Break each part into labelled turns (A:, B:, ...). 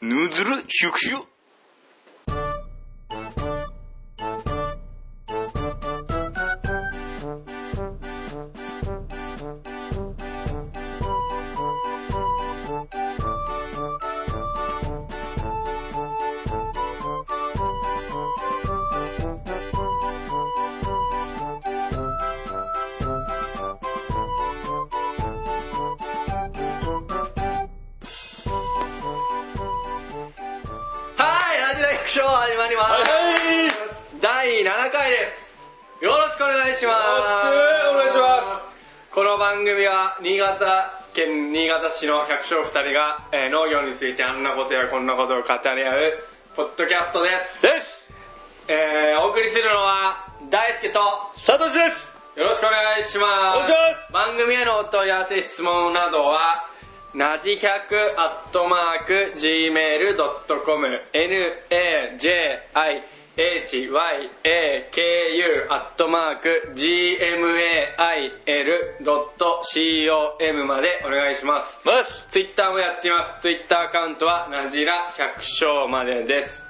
A: ぬずるひゅくしゅ
B: はい、ラジラ百姓始まります。
C: はい
B: 第7回です。よろしくお願いします。。
C: よろしくお願いします
B: この番組は新潟県新潟市の百姓二人が、えー農業についてあんなことやこんなことを語り合うポッドキャストです。
C: です
B: えーお送りするのは大輔と
C: サトシです
B: よろしくお願いし
C: お願
B: ま
C: い
B: す。
C: しま
B: 番組へのお問い合わせ質問などはなじ100アットマーク Gmail.com najihyaku アットマーク gmail.com までお願いします
C: すます
B: ツイッターもやっています。ツイッターアカウントは、なじら百姓までです。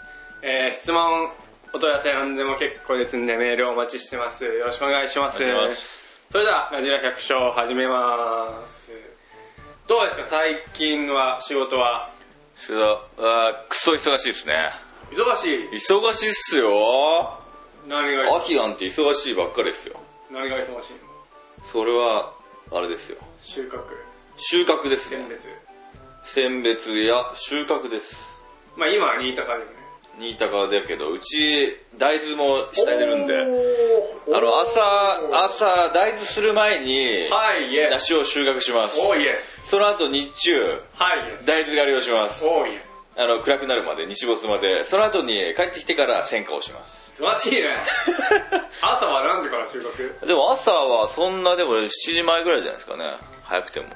B: えー質問、お問い合わせ何でも結構ですんで、メールをお待ちしてます。よろしくお願いします。
C: お願いします
B: それでは、なじら百姓始めます。どうですか、最近は、仕事は。
C: それだあークソ忙しいですね
B: 忙しい。
C: 忙しいっすよ
B: 何が、
C: 秋なんて忙しいばっかりですよ
B: 何が忙しいの
C: それはあれですよ
B: 収穫、
C: 収穫です
B: 選
C: ね
B: 別。
C: 選別や収穫です
B: まあ今は新高でもね。
C: 新高だけどうち大豆も下にいるんで
B: おー
C: あの
B: おー
C: 朝朝大豆する前に
B: はい、イエス。
C: 梨を収穫します
B: おー、イエス。そ
C: その後日中
B: はい、イエス。
C: 大豆狩りをします
B: おー、イエス。
C: あの暗くなるまで日没までその後に帰ってきてから戦果をし ます
B: 素晴らしいね朝は何時から収穫っ
C: でも朝はそんなでも7時前ぐらいじゃないですかね早くても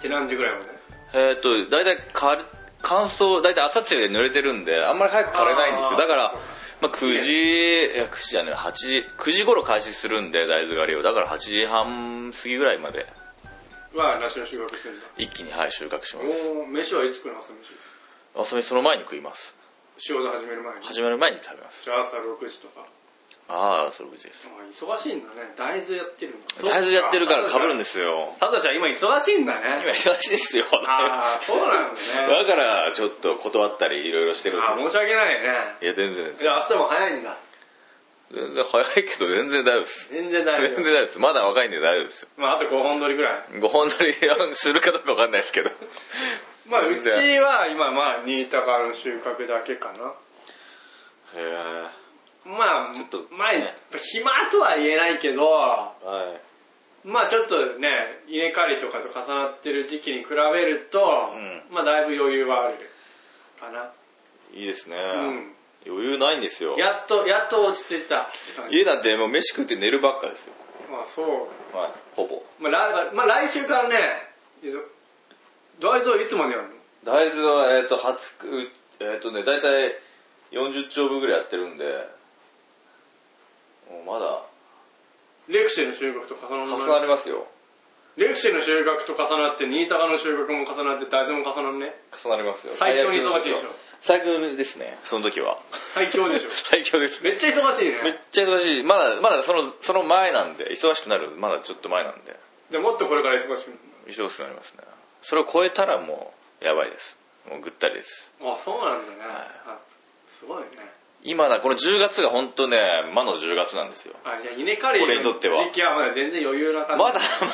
B: て何時ぐらいまで
C: えっ、と大体か乾燥大体朝露で濡れてるんであんまり早く枯れないんです
B: あ
C: よ
B: ー
C: だから、まあ、9時いや9時じゃない8時9時頃開始するんで大豆狩りをだから8時半過ぎぐらいまで
B: は梨の収穫してんだ
C: 一気にはい収穫します
B: おー飯はいつ食うの朝飯
C: 遊びその前に食います
B: 仕事始める前に
C: 始まる前に食べます
B: じゃあ朝6時とか
C: ああそれ無事です
B: あ忙しいんだね大豆やってるんだ
C: 大豆やってるから被るんですすよ
B: ただじゃ今忙しいんだ
C: 今
B: ね
C: 忙しいですよ
B: ああそうなんだね
C: だからちょっと断ったりいろいろしてるん
B: ああ
C: で
B: 申し訳ないね
C: すいや全然全
B: じ
C: 然
B: ゃあ明日も早いんだ
C: 全然早いけど全然大丈夫です
B: 全然大
C: 全
B: 丈
C: 然大
B: 夫
C: 丈夫ですまだ若いんで大丈夫ですよ
B: まああと5本取りぐらい
C: 5本撮りするかどうか分かんないですけど
B: まあう
C: 全
B: ち
C: 然
B: は今まあ新高の収穫だけかな
C: へ
B: まあ、
C: ちょっとね
B: まあ、やっぱ暇とは言えないけど、
C: えはい
B: まあちょっとね、稲刈りとかと重なってる時期に比べると、
C: う
B: まあだいぶ余裕はあるかな。
C: いいですね、
B: ん
C: 余裕ないんですよ
B: やっと、やっと落ち着いた。
C: 家なんてもう飯食って寝るばっかですよ
B: まあそう。
C: はいほぼ
B: まあ来,、まあ、来週からね、大豆いつまでやるの
C: 大豆はえっ、と20えっ、とね大体40丁分ぐらいやってるんでもうまだ
B: レクシーの収穫と重な
C: 重な
B: らない。
C: りますよ
B: レクシーの収穫と重なって、新高の収穫も重なって、大豆も重なるね。
C: 重なりますよ
B: 最強に忙しいでしょ
C: 最強ですねその時は
B: 最強 でしょ。
C: 最強ですね
B: めっちゃ忙しいね。
C: めっちゃ忙しいまだまだそのその前なんで忙しくなるまだちょっと前なんで
B: じゃあもっとこれから忙しくなる。
C: 忙しくなりますねそれを超えたらもうやばいですもうぐったりです
B: あそうなんだね、あすごいね
C: 今だこの10月が本当ね魔の10月なんですよ
B: あじゃあ稲刈り
C: 俺にとっては
B: 時期はまだ全然余裕な感じ
C: まだま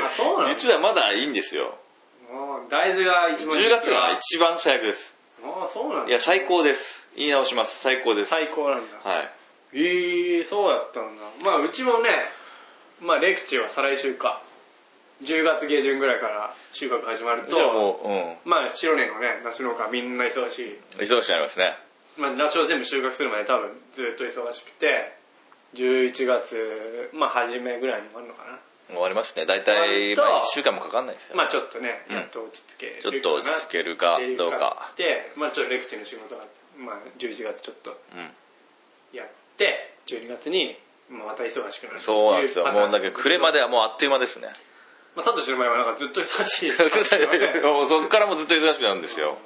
C: だ
B: あそうなの
C: 実はまだいいんですよ
B: もう大豆が一番
C: 10月が一番最悪です
B: あそうなんだ
C: いや最高です言い直します最高です
B: 最高なんだ
C: はい
B: ええそうだったんだまあうちもねまあレクチューは再来週か10月下旬ぐらいから収穫始まる
C: じゃあ
B: と
C: もううん
B: まあ白根のね梨農家みんな忙しい、
C: 忙しくなりますね
B: まあ、梨を全部収穫するまで多分ずっと忙しくて11月まあ初めぐらいに終わるのかな
C: 終わりますね大体
B: 終わると
C: まあ1週間もかかんないですよ、
B: まあちょっとね、
C: うん
B: やっと落ち着ける
C: ちょっと落ち着けるかどうか
B: で、まあちょっとレクチューの仕事が、まあ11月ちょっと
C: うん
B: やって、12月に、まあまた忙しくなる。
C: そうなんですよ。もうだけど暮れま
B: で。
C: ではもうあっという間ですね。
B: まあサトシの前はなんかずっと忙しい。
C: もうそっからもずっと忙しくなるんですよ。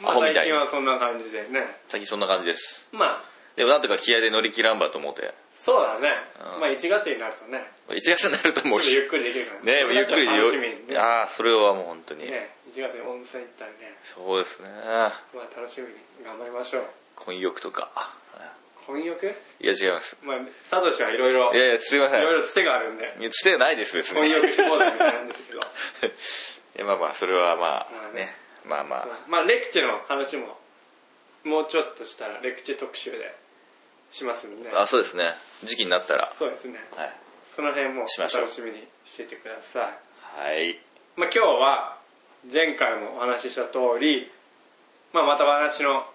B: まあ
C: アホみた
B: 最
C: いに
B: 近はそんな感じでね。
C: 最近そんな感じです
B: まあ、
C: でもなんとか気合で乗り切らんばと思って
B: そうだね
C: う。ん
B: まあ1月になるとね、
C: 1月になるとも
B: ちょ
C: う
B: っ とゆっくりできるから
C: ねゆっくりで
B: 楽しみにね。
C: ああそれはもう本当に、
B: ね1月に温泉行ったりね、
C: そうですね
B: まあ楽しみに頑張りましょう。
C: 婚欲とか
B: 婚欲
C: いや違います
B: まあ、サトシはいろいろ、
C: い
B: い
C: やいやすいません
B: ろいろつてがあるんで、
C: いやつてないです別に
B: 婚欲し放題みたいなんですけど。
C: いやまあまあそれはま
B: まあ
C: あ
B: ね
C: ねまあまあ
B: まあレクチェの話も、もうちょっとしたらレクチェ特集でしますんでね。
C: あそうですね時期になったら
B: そうですね。
C: はい、
B: その辺も
C: し
B: お
C: ましょう
B: 楽しみにしててください。
C: はい、
B: まあ、今日は前回もお話しした通り、まあ、また話の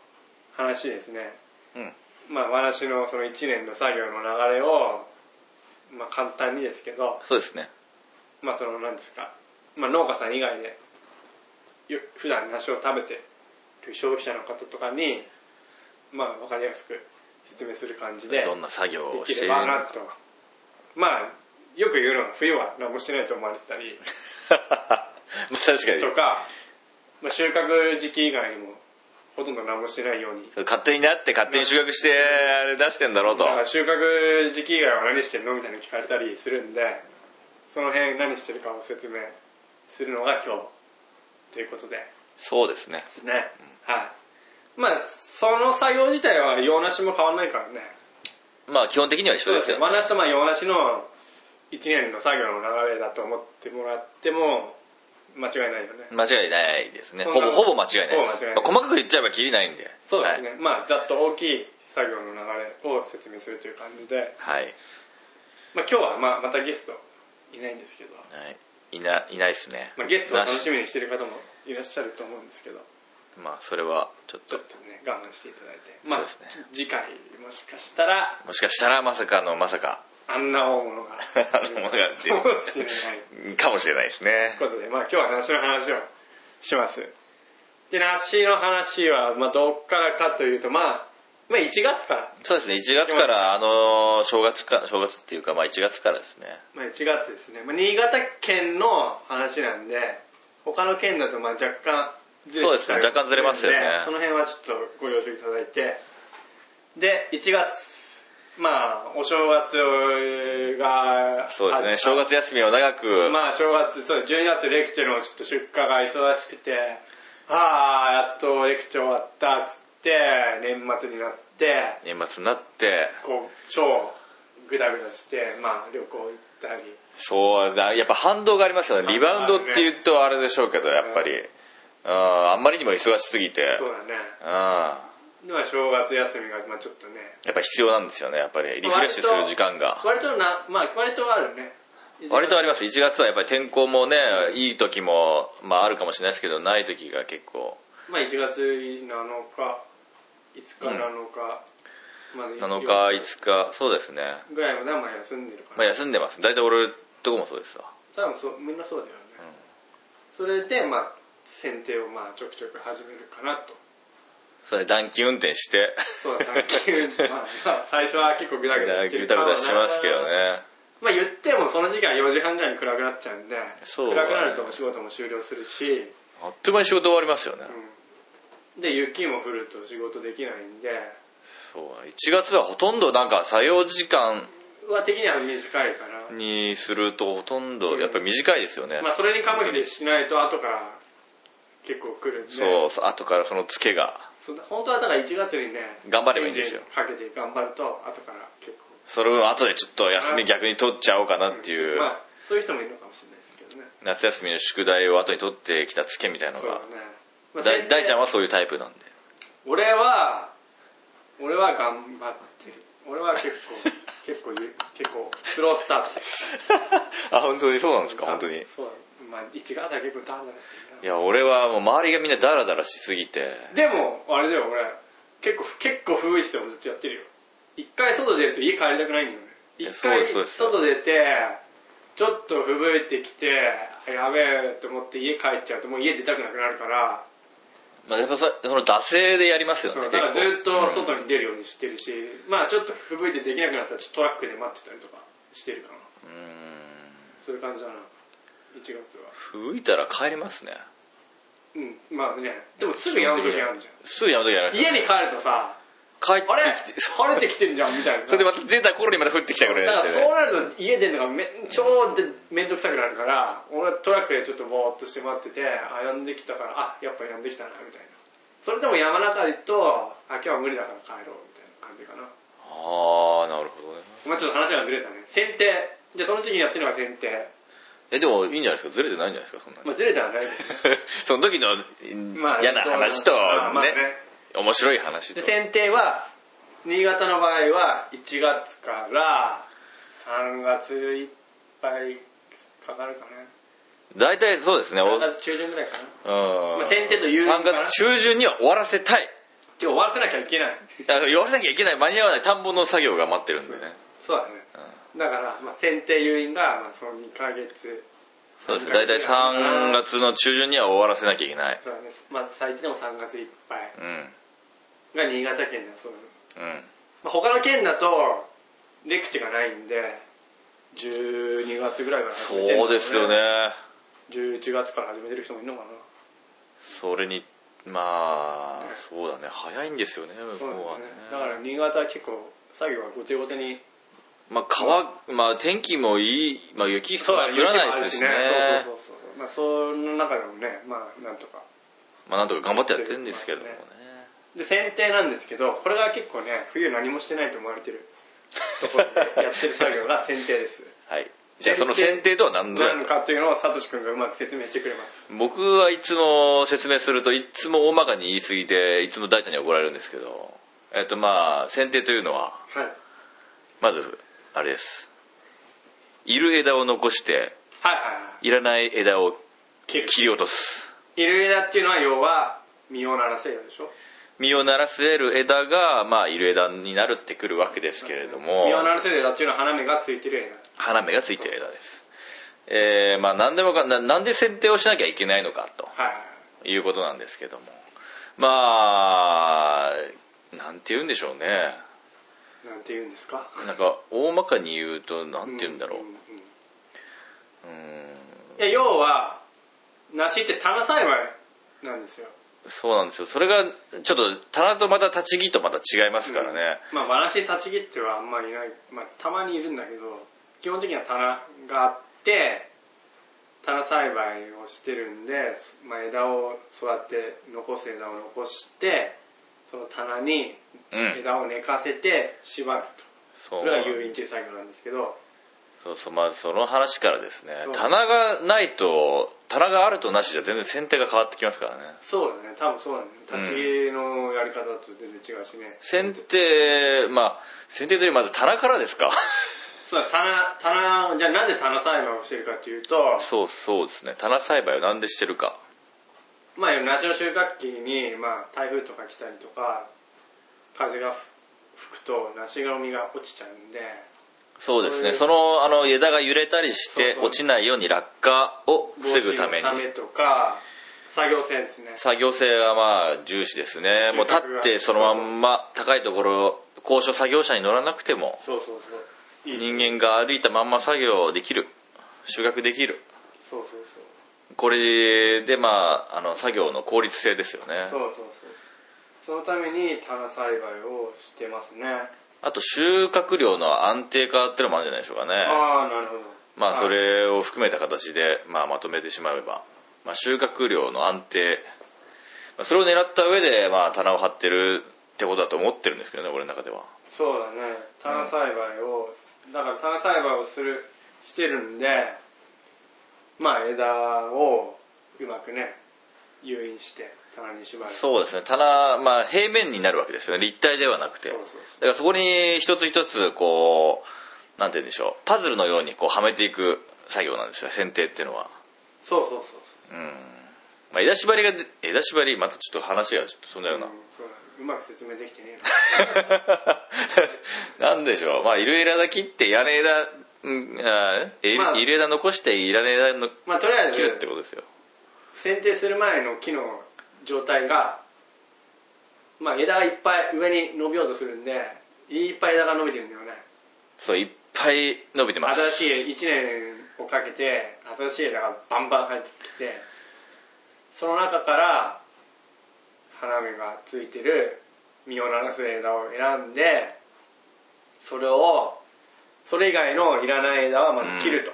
B: 話ですね、
C: うん、
B: まあ、話のその1年の作業の流れを、まあ、簡単にですけど、
C: そうですね
B: まあ、そのなんですか、まあ、農家さん以外でよ普段梨を食べてる消費者の方とかに、まあ、わかりやすく説明する感じで
C: どんな作業を
B: で
C: し
B: き
C: てい
B: れ
C: るの
B: ばな
C: か
B: とまあよく言うのは冬は何もしてないと思われてたり
C: まあ確か
B: と
C: に
B: か、まあ、収穫時期以外にもほとんど何もしてないように
C: 勝手になって勝手に収穫してあれ出してんだろうと
B: だから収穫時期以外は何してんのみたいに聞かれたりするんでその辺何してるかを説明するのが今日ということで
C: そうですね
B: ね、はいまあその作業自体は洋梨も変わんないからね
C: まあ基本的には一緒ですよ
B: 和梨とまあ洋梨の1年の作業の流れだと思ってもらっても間違いないよね
C: 間違いないですね
B: そ
C: ほ
B: んな
C: ぼほぼ間違いないで
B: ほぼ間違いな
C: す
B: い
C: まあ細かく言っちゃえばきりないんで
B: そうですね、まあざっと大きい作業の流れを説明するという感じで、
C: はい、はい
B: まあ、今日はまあまたゲストいないんですけど、
C: はい、いないないですね、
B: まあ、ゲストを楽し
C: な
B: みにしてる方もいらっしゃると思うんですけど
C: しまあそれはちょっ
B: ちょ
C: と
B: っとね我慢していただいて、まあ
C: そうですね
B: 次回もしかしたら
C: もしかしたらまさかのまさか
B: あんな大物が
C: あんなものが出る
B: かもしれない
C: かもしれないですね
B: ということで、まあ今日は梨の話をします。で、梨の話は、まあどっからかというと、まあ、まあ1月から、
C: そうですね1月からあの正月か正月っていうかまあ1月からですね
B: まあ1月ですね。まあ新潟県の話なんで、他の県だとまあ若干ずれて
C: そうですね
B: たり
C: 若干ずれますよね
B: するんでその辺はちょっとご了承いただいて。で、1月、まあお正月が、
C: そうです
B: あ
C: ね正月休みを長く、
B: まあ正月、そう、12月レクチェのちょっと出荷が忙しくて、ああ、やっとレクチェ終わったっつって、年末になって、
C: 年末になって
B: こう、超グダグダして、まあ旅行行ったり、
C: そうだやっぱ反動がありますよねリバウンドって言うとあれでしょうけどやっぱり、うん、あんまりにも忙しすぎて
B: そうだね。
C: うんや
B: でまあ正月休みが、まあちょっとね、
C: っぱ必要なんですよねやっぱりリフレッシュする時間が
B: 割とな、まあ割とあるね。
C: 割とあります1月はやっぱり天候もねいい時も、まあ、あるかもしれないですけどない時が結構
B: まあ1月7日、5日、7日、まで
C: 7日5日そうですね、
B: ぐらいまではまあ休んでるから
C: まあ、休んでます大体俺とこもそうですわ
B: 多分そうみんなそうだよね、それでまあ剪定をまあちょくちょく始めるかなと
C: それ短期運転して
B: そうだねまあまあ最初は結構グダグダして
C: ぐ
B: る
C: たぐたしてますけどね
B: まあ言ってもその時間4時半ぐらいに暗くなっちゃうんで
C: そうだね
B: 暗くなるとお仕事も終了するし、
C: あっという間に仕事終わりますよね、
B: うん、で雪も降ると仕事できないんで
C: そう1月はほとんどなんか作業時間
B: は的には短いから、
C: にするとほとんどやっぱり短いですよね、
B: まあそれにかむりしないと後から結構来るんで
C: そうそう後からそのツケが
B: そう本当はだから1月にね
C: 頑張ればいいんですよ
B: エンジンかけて頑張ると後から結構
C: それを後でちょっと休み逆に取っちゃおうかなっていう、
B: まあ、そういう人もいるのかもしれないですけどね。
C: 夏休みの宿題を後に取ってきたツケみたいの
B: そうだ
C: が
B: ね。まあ
C: だ
B: 全然
C: 大ちゃんはそういうタイプ なんで
B: 俺は、俺は頑張ってる。俺は結 構、結構ゆ、結構、スロースタートです。
C: あ本当にそうなんですか本当にい
B: そう。まあ、一月は結構ダメなんですよね。
C: や俺はもう周りがみんなダラダラしすぎて
B: でも、あれだよ、俺、結構、結構封じてもずっとやってるよ。一回外出ると家帰りたくないんだよね。
C: や
B: 一回
C: そうですそう
B: 外出て、ちょっと吹雪いてきて、あやべえと思って家帰っちゃうともう家出たくなくなるから、
C: まあ、やっぱそその惰性でやりますよね
B: そうだ
C: 結
B: から
C: 構
B: ずっと外に出るようにしてるし、まあちょっと吹雪いてできなくなったらちょっとトラックで待ってたりとかしてるかな
C: うん
B: そういう感じだな1月は
C: 吹いたら帰りますね
B: うん、まあね、でもすぐやむ時あるじゃん。
C: すぐやめときやらない
B: 家に帰るとさ、
C: 帰っ
B: あれ
C: てきて、
B: 晴れてきてんじゃんみたい な。
C: それでまた出た頃にまた降ってきたぐらい
B: だ
C: でし
B: から
C: て
B: そ
C: ね
B: う。なると家出るのがめ超でめんどくさくなるから俺はトラックでちょっとぼーっとして待っててあやんできたからあやっぱやんできたなみたいなそれでも山中で行くとあ今日は無理だから帰ろうみたいな感じかな
C: ああ、なるほどね。
B: まあちょっと話がずれたね剪定じゃあその時期にやってるのが剪定
C: え、でもいいんじゃないですかずれてないんじゃないですかそんな に。
B: まあずれたらない
C: その時の
B: まあ
C: 嫌な話と
B: まあまあ
C: ね、面白い話と
B: で。剪定は新潟の場合は1月から3月いっぱいかかるかな
C: 大体そうですね。おう
B: 3
C: ん。
B: 月中旬ぐらいかな
C: 3
B: 剪定というか
C: 月中旬には終わらせたい。
B: てか終わらせなきゃいけない
C: あ終わらせなきゃいけない、間に合わない田んぼの作業が待ってるんでね。
B: そうだね、だから、まあ、選定誘引が、まあ、その2ヶ月
C: そうですね。大体3月の中旬には終わらせなきゃいけない。
B: そうだね、まあ、最低でも3月いっぱい
C: うん。うん。
B: が新潟県だそうだね、まあ、他の県だとレクチがないんで12月ぐらいから始めてる
C: そうですよね。
B: 11月から始めてる人もいるのかな
C: それに、まあ、そうだね。早いんですよね、向
B: そう
C: こうは
B: だ,、
C: ね
B: ね、。だから新潟は結構作業が後手後手に
C: まあ、川、まあ、天気もいい、まあ、雪降
B: だ
C: らないですしね。
B: そうそうそうそうまあその中でもねまあなんとか
C: まあ、なんとか頑張ってやってるんですけどもね。
B: で剪定なんですけどこれが結構ね冬何もしてないと思われてるところでやってる作業 が剪定です
C: はい。じゃあ、その選定とは何ぞや
B: 何かっていうのをサトシ君がうまく説明してくれます
C: 僕はいつも説明するといつも大まかに言い過ぎていつも大ちゃんに怒られるんですけどえっとまあ剪定というのは
B: はいはい
C: まずあれですいる枝を残して
B: はいはい
C: いらない枝を
B: 切る
C: 切り落とす
B: いる枝っていうのは要は実をならせるでしょ
C: 実をならせる枝がまあいる枝になるってくるわけですけれども
B: 実をならせる枝っていうのは花芽がついてる枝
C: 花芽がついてる枝ですえー、まあ何でもかんななんで剪定をしなきゃいけないのかと
B: はいはい
C: いうことなんですけどもまあなんて言うんでしょうね
B: はいなんて言うんですか
C: なんか大まかに言うとなんて言うんだろう、
B: んんいや要は梨って棚栽培なんですよ
C: そうなんですよそれがちょっと棚とまた立ち木とまた違いますからね、
B: まあ、話立ち切ってはあんまりいない、まあ、たまにいるんだけど、基本的には棚があって、棚栽培をしてるんで、まあ、枝を育て、残す枝を残して、その棚に
C: うん
B: 枝を寝かせて縛ると。
C: そう
B: これが誘引という作業なんですけど、
C: そうそうまあその話からですね
B: そう
C: 棚がないと棚があるとなしじゃ全然剪定が変わってきますからね
B: そうだね、多分そうなんだね。立ち切りのやり方と全然違うしね。
C: 剪定まあ剪定というよりまず棚からですか
B: そうだ、棚、棚、じゃあなんで棚栽培をしてるかというと、
C: そうそうですね棚栽培をなんでしてるか
B: まあ、梨の収穫期に、まあ、台風とか来たりとか、風が吹くと梨の実が落ちちゃうんで、
C: そうですね
B: そ
C: そのあの枝が揺れたりして
B: そうそう
C: 落ちないように落下を防ぐために
B: 防止のとか、作業船ですね。
C: 作業性がまあ重視ですねもう立ってそのまんま高いところ高所作業車に乗らなくても
B: そうそうそう。いい。
C: 人間が歩いたまんま作業できる収穫できる
B: そうそうそう。
C: これでまああの作業の効率性ですよね
B: そうそうそう。そのために棚栽培をしてますね。
C: あと収穫量の安定化ってのもあるんじゃないでしょうかね
B: ああ、なるほど。
C: まあそ
B: はい。
C: れを含めた形で、まあ、まとめてしまえば、まあ、収穫量の安定まあそれを狙った上で、まあ、棚を張ってるってことだと思ってるんですけどね俺の中では
B: そうだね。棚栽培を、だから棚栽培をする、してるんで、まあ枝をうまくね、誘引して棚に縛る。
C: そうですね棚、まあ、平面になるわけですよね立体ではなくて
B: そう
C: だ
B: そうそう
C: からそこに一つ一つこうなんて言うんでしょうパズルのようにこうはめていく作業なんですよ剪定っていうのは、
B: そうそうそうそう。
C: まあ、枝縛りがで枝縛りまたちょっと話がちょっとそんなような
B: うん、そうだうまく説明できてねえな。
C: なんでしょうまあいる枝だ切っていらねえ枝うんあーい
B: まあ
C: いる枝残していらねえ枝の
B: まあとりあえず
C: 切るってことですよ
B: 剪定する前の木の状態が、まあ枝がいっぱい上に伸びようとするんで、いっぱい枝が伸びてるんだよね。
C: そういっぱい伸びてます
B: 新しい、1年をかけて、新しい枝がバンバン入ってきて、その中から花芽がついてる実をならす枝を選んでそれをそれ以外のいらない枝はまず切ると、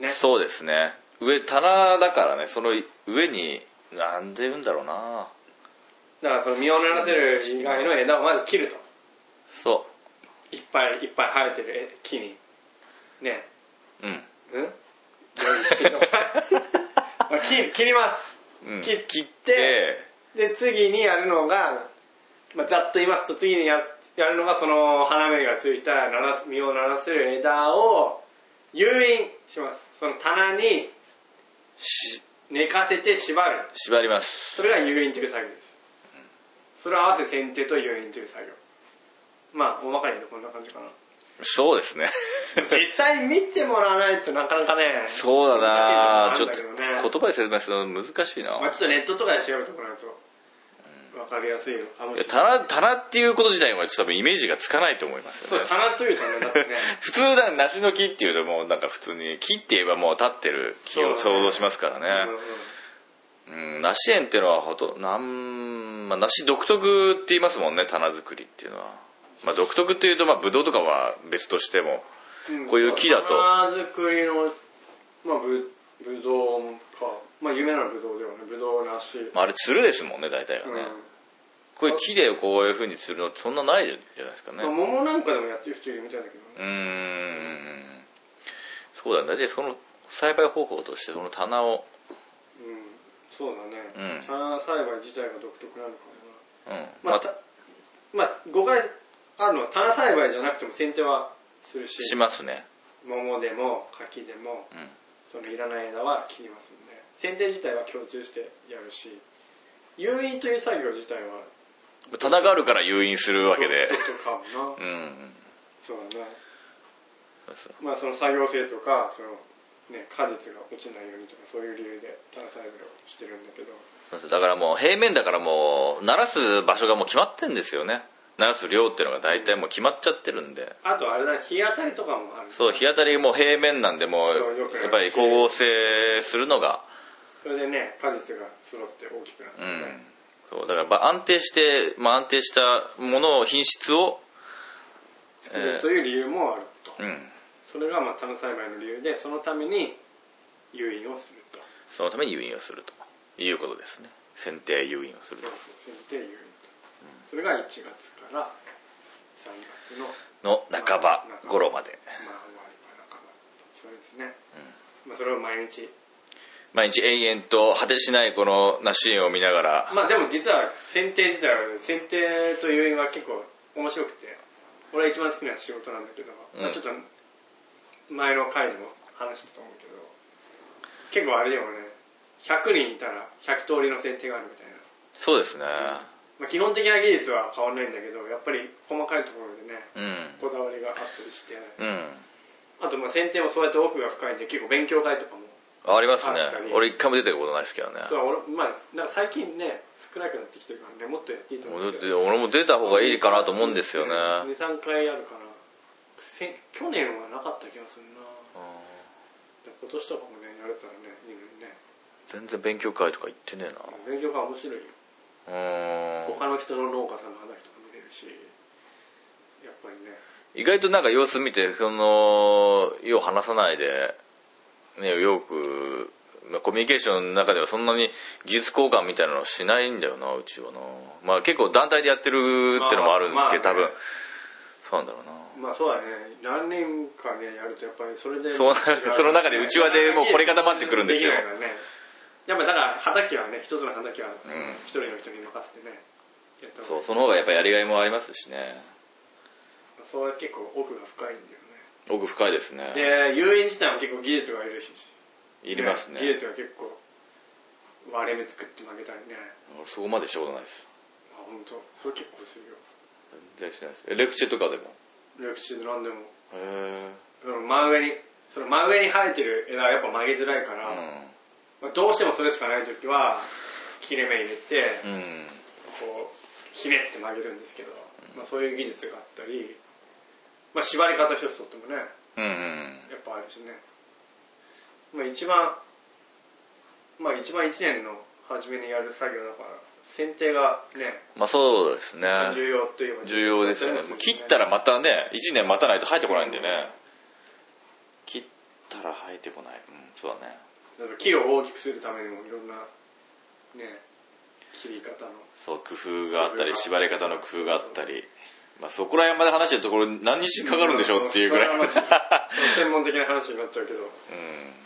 B: ね
C: そうですね上棚だからねその上になんで言うんだろうな
B: だからその実をならせる以外の枝をまず切ると
C: そ
B: いっぱいいっぱい生えてるえ木にね
C: ううん
B: うんまあ切切りま
C: うん
B: 切って
C: で
B: すで次にやるのが、まあ、ざっと言いますと次にややるのがその花芽がついたならす実をならせる枝を誘引しますその棚に
C: し
B: 寝かせて縛る
C: 縛ります
B: それが誘引という作業ですそれを合わせ剪定と誘引という作業まあ大まかに言うとこんな感じかな
C: そうです ね
B: 実際見てもらわないとなかなかね
C: そうだな
B: 難し
C: ち
B: い
C: ょっ
B: ところなんだけどね
C: と言葉で説明するの難しいな
B: まあ、ちょっとネットとかで調べてもらうと分かりやすいのかも
C: い
B: し
C: や
B: れない
C: 棚棚っていうこと自体はちょっと多分イメージがつかないと思います
B: そ
C: よ
B: う
C: ね
B: 棚というとねだって ね
C: 普通だ梨の木っていうともうなんか普通に木って言えばもう立ってる木を想像しますから
B: う
C: ね
B: んうん
C: うん、梨園っていうのはほとなん、まあ、梨独特って言いますもんね棚作りっていうのは、まあ、独特っていうと、まあ、ブドウとかは別としても
B: うん
C: こういう木だと
B: 花作りの、まあ、ぶぶどうか、まあ、有名なぶどうではねぶどうなし、
C: まあ、あれつるですもんね大体はね、こういう木でこういう風につるのってそんなないじゃないですかね
B: うんまあ、桃なんかでもやってる人いるみたいだけどね
C: うーんそうだね大体その栽培方法としてその棚を、
B: うんそうだね、
C: うん
B: 花栽培自体が独特なのか
C: うん
B: もなまあ、たまあ誤解あるのは棚栽培じゃなくても剪定はするし
C: しますね
B: 桃でも柿でも
C: うん
B: そのいらない枝は切りますんで剪定自体は共通してやるし誘引という作業自体は
C: 棚があるから誘引するわけで
B: ちょっと変 わるな
C: うん
B: そうだね
C: そうそう
B: まあその作業性とかそのね果実が落ちないようにとかそういう理由で単細胞をしてるんだけど
C: そうですだからもう平面だからもう鳴らす場所がもう決まってんですよね鳴らす量っていうのが大体もう決まっちゃってるんで
B: あとあれだね日当たりとかもある
C: そう日当たりもう平面なんでもう
B: そうよくやるし
C: やっぱり光合成するのが
B: それでね果実が揃って大きくなって
C: う
B: ね、
C: んそうだからば安定して、まあ、安定したものを品質を
B: 作るという理由もあると、
C: うん
B: それがまあ単細胞の理由でそのために誘引をすると
C: そのために誘引をするということですね剪定誘引をする
B: そうそうそうで言うとそれが1月から3月の、
C: の半ば頃まで
B: まあ、終わりか半ばそうですね、まあ、それを毎日
C: 毎日延々と果てしないこの梨園を見ながら
B: まあでも実は剪定自体はね剪定という意味は結構面白くて俺は一番好きな仕事なんだけど、
C: うん
B: まあちょっと前の回でも話したと思うけど結構あれでもね100人いたら100通りの剪定があるみたいな、
C: そうですね
B: まあ、基本的な技術は変わんないんだけどやっぱり細かいところでね
C: うん
B: こだわりがあったりして、
C: うん
B: あとまあ剪定もそうやって奥が深いんで結構勉強会とかも
C: ありますね
B: あったり
C: 俺一回も出てることないですけどね
B: そう俺、まあ、なんか最近ね少なくなってきてるからねもっとやっていいと思
C: 俺
B: う
C: だ
B: け
C: っ
B: ど
C: て俺も出た方がいいかなと思うんですよね
B: 23回あるからせ去年はなかった気がするな
C: うん
B: で今年とかもねやれたらねいいのにね
C: 全然勉強会とか行ってね
B: 勉強が面白いよ
C: えなうん
B: 他の人の農家さんの話とか見れるしやっぱりね
C: 意外となんか様子見てそのよう話さないでねよくまあコミュニケーションの中ではそんなに技術交換みたいなのしないんだよなうちはなまあ結構団体でやってるってのもあるん
B: あーまあ
C: け
B: ね
C: ど多分そうなんだろうな
B: まあそうだね何年かねやるとやっぱりそれで
C: そうその中で内輪でもう凝り固まってくるんですよ
B: きないからねやっぱだから畑はね一つの畑は
C: ん
B: 一人の人に任せてね、やった
C: そ
B: 方が
C: うその方がやっぱやりがいもありますしね
B: そうは結構奥が深いんだよね
C: 奥深いですね
B: で遊園自体も結構技術がいるし
C: いりますね
B: 技術が結構割れ目作って負けたりね
C: 俺そこまでしたことないです
B: あ本当それ結構するよ
C: 全然しないですえレクチェとかでも
B: レクチューで何でも
C: へえ
B: その真上にその真上に生えてる枝はやっぱ曲げづらいから、まあ、どうしてもそれしかない時は切れ目入れて、
C: うんうん
B: こうひねって曲げるんですけど、まあ、そういう技術があったり、まあ、縛り方一つとってもね
C: うんうん
B: やっぱあるしね、まあ、一番まあ一番一年の初めにやる作業だから、剪定がね、
C: まあそうですね。
B: 重要といえば
C: 重要ですよね。もう切ったらまたね、1年待たないと生えてこないんでね。切ったら生えてこない。うん、そうだね。
B: だから木を大きくするためにもいろんな、ね、切り方の。
C: そう、工夫があったり、縛り方の工夫があったり。まあそこら辺まで話してるところ何日かかるんでしょうっていうぐらい。
B: それはまず専門的な話になっちゃうけ
C: う
B: ど、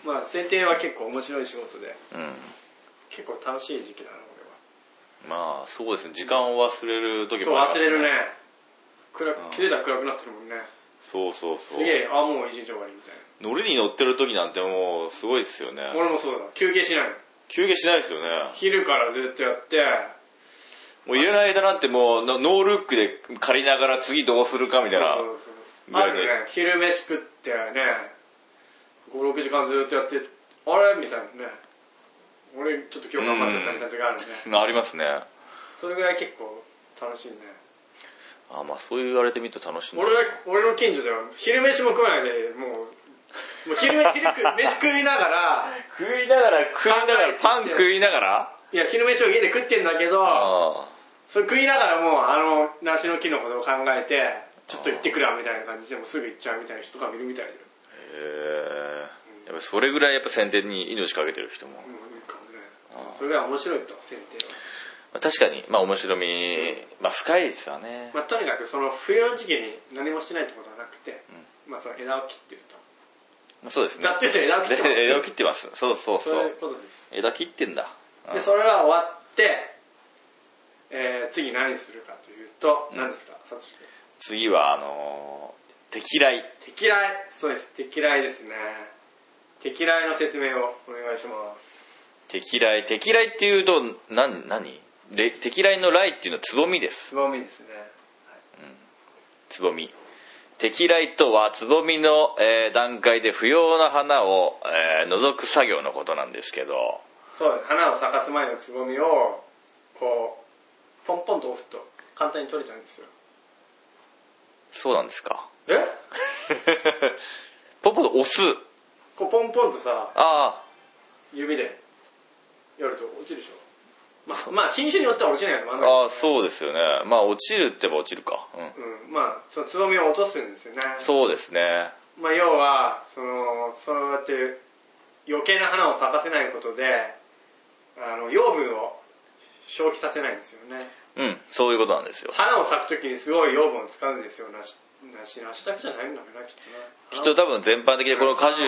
B: まあ剪定は結構面白い仕事で、
C: ん。 うん。
B: 結構楽しい時期なの、俺は。
C: まあそうですね、時間を忘れる時
B: そう、
C: もあり
B: 忘
C: ます
B: れるね。。暗
C: うん
B: く、切れたら暗くなってるもんね。
C: そうそうそう。
B: すげえ、あ、もう一日終わりみたいな。
C: 乗りに乗ってる時なんてもうすごいですよね。
B: 俺もそうだ、休憩しないの。
C: 休憩しないですよね。
B: 昼からずっとやって、
C: もう入れない間なんてもうノノールックで借りながら次どうするかみたいな。
B: そうそうそう
C: ぐら
B: あ
C: い
B: る
C: で
B: ね、昼飯食ってね、5、6時間ずっとやって、あれみたいなね。俺、ちょっと今日頑張っちゃったみたいな時があるね。
C: ありますね。
B: それぐらい結構楽しいね。
C: あまあそう言われてみると楽しいんだ
B: 俺は、俺の近所では昼飯も食わないで、もう、もう昼、昼食、飯食いながら、
C: 食いながら食いながらパン食いながら
B: いや、昼飯を家で食ってんだけど、
C: あ
B: それ食いながらもう、あの、梨の木のことを考えて、ちょっと行ってくるわみたいな感じで、もうすぐ行っちゃうみたいな人がいるみたいで。
C: あへえやっぱそれぐらいやっぱ先手に命かけてる人も、
B: うん、いいかもね
C: あー
B: それが面白いと、剪定は。
C: まあ、確かにまあ面白み、まあ、深いですよね、
B: まあ、とにかくその冬の時期に何もしてないってことはなくて、まあその枝を切ってると。
C: まあ、そうですね
B: ざっと言うと枝を切ってます
C: で枝を切ってますそうそう
B: そう
C: そ
B: いううことです。
C: 枝切ってんだうん
B: で、それが終わって、えー、次何するかというと、
C: うん
B: 何ですか、さとし君。
C: 次はあのー、敵雷
B: 敵雷、そうです、敵雷ですね。敵雷の説明をお願いします。
C: 敵雷敵雷っていうと何何れ敵雷の雷っていうのはつぼみです
B: つぼみですね。
C: つぼみ敵雷とはつぼみの、えー段階で不要な花を、えー除く作業のことなんですけど
B: そうです、花を咲かす前のつぼみを、こう、ポンポンと押すと簡単に取れちゃうんですよ。
C: そうなんですか
B: え
C: ポンポンと押す
B: こうポンポンとさ、
C: ああ
B: 指でやると落ちるでしょまあ、まあ、品種によっては落ちないやつもあるんだ
C: ああそうですよねまあ落ちるって言えば落ちるかうん
B: けど、うん、まあ、そのつぼみを落とすんですよね。
C: そうですね
B: まあ、要は、その、そうやって余計な花を咲かせないことで、あの、養分を消費させないんですよね。
C: うんそういうことなんですよ
B: 花を咲くときにすごい養分を使うんですよ、なし、なし、なしだけじゃないんだろうな、きっと
C: き
B: ね。
C: っと多分全般的でこの果樹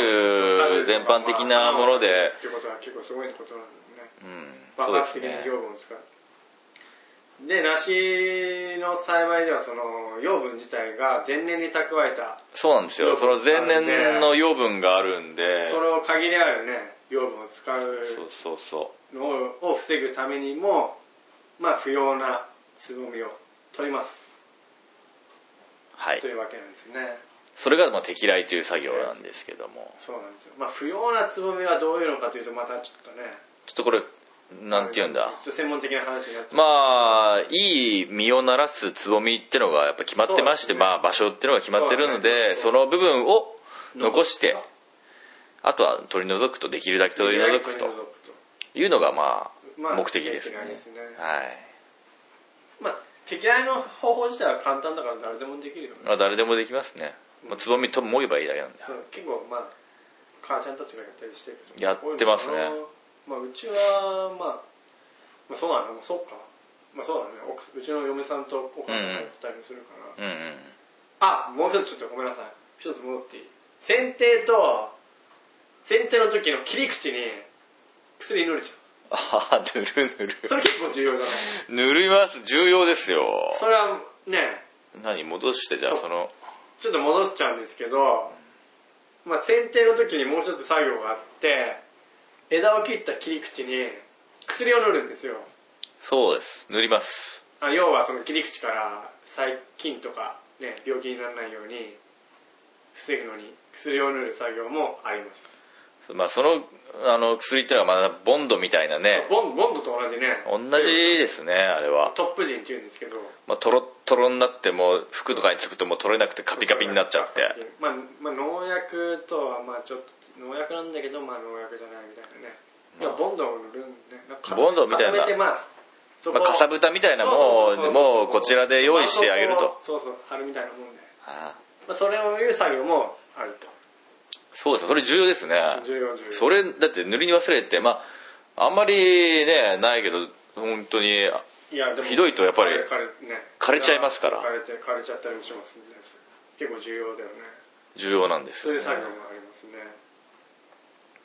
C: 全般的なもので、
B: ってことは結構すごいことなんだよね。
C: うん、
B: 爆
C: そうで
B: 発
C: す
B: 的に
C: ね
B: 養分を使うで梨の栽培ではその養分自体が前年に蓄えた
C: そうなんですよその前年の養分があるんで
B: その限りあるね養分を使
C: そう
B: う
C: そうそ
B: のを防ぐためにもまあ不要なつぼみを取ります
C: うはい
B: というわけなんですね
C: それがまあ敵雷という作業なんですけども
B: そうなんですよまあ不要なつぼみはどういうのかというとまたちょっとね
C: ちょっとこれなんて言うんだ
B: ちょっと専門的な話になっちゃう、
C: まあいい実をならすつぼみってのがやっぱ決まってまして、
B: そうですね
C: まあ場所ってのが決まってるのでそ
B: そう
C: の部分を残してあとは取り除くとできるだけ取り除くと
B: 取り除くと
C: いうのがま
B: ま
C: あ
B: あ
C: 目的ですね
B: 目的ですね
C: はい
B: まあ、敵愛の方法自体は簡単だから誰でもできるよね。
C: まあ誰でもできますね、まあ、つぼみともえばいいだけなんだ
B: そう結構、まあ、母ちゃんたちがやったりしてるけど
C: やってますね
B: こういうのかなまあ、うちは、まあ、まあ、そうなの、まあそうか。まあ、そうだね。奥うちの嫁さんとお母さんがやってたりもするか
C: う
B: ら。
C: んうん
B: あ、もう一つちょっとごめんなさい。一つ戻っていい剪定と、剪定の時の切り口に薬塗るじゃ
C: ああぬるぬる
B: ん。それ結構重要だね。
C: ぬるいます重要ですよ
B: それはね、
C: 何戻してじゃあその
B: ちょっと戻っちゃうんですけど、まあ、剪定の時にもう一つ作業があって、枝を切った切り口に薬を塗るんですよ。
C: そうです塗ります
B: あ要はその切り口から細菌とかね、病気にならないように防ぐのに薬を塗る作業もあります。
C: まあそのあの薬ってのはまだボンドみたいなね
B: ボンボンドと同じね、
C: 同じですねあれは、
B: トップ陣って言うんですけど、
C: まあ、トロットロになってもう服とかにつくともう取れなくてカピカピになっちゃって
B: まあ、まあ、農薬とはまあちょっと、農薬なんだけど、まあ農薬じゃないみたいなね。
C: う
B: いや、ボンドを売るんで、なんか
C: ボンドみたいな
B: まとめてまあ、そ
C: まあ、かさぶたみたいなも
B: そうそう
C: の
B: そ
C: をも
B: う
C: うこちらで用意してあげると。
B: そうそう、貼るみたいなもんで。
C: ああ
B: まあ、それを言う作業もあると。
C: そうですそれ重要ですね
B: 重要重要。
C: それだって塗りに忘れてまああんまりねないけど本当に
B: いやでも
C: ひどいとやっぱり
B: 枯れ枯れ,、ね、
C: 枯れちゃいますから
B: 枯れて枯れちゃったりもしますね結構重要だよね
C: 重要なんです
B: そう
C: よ、
B: い
C: ね
B: う、作業もあります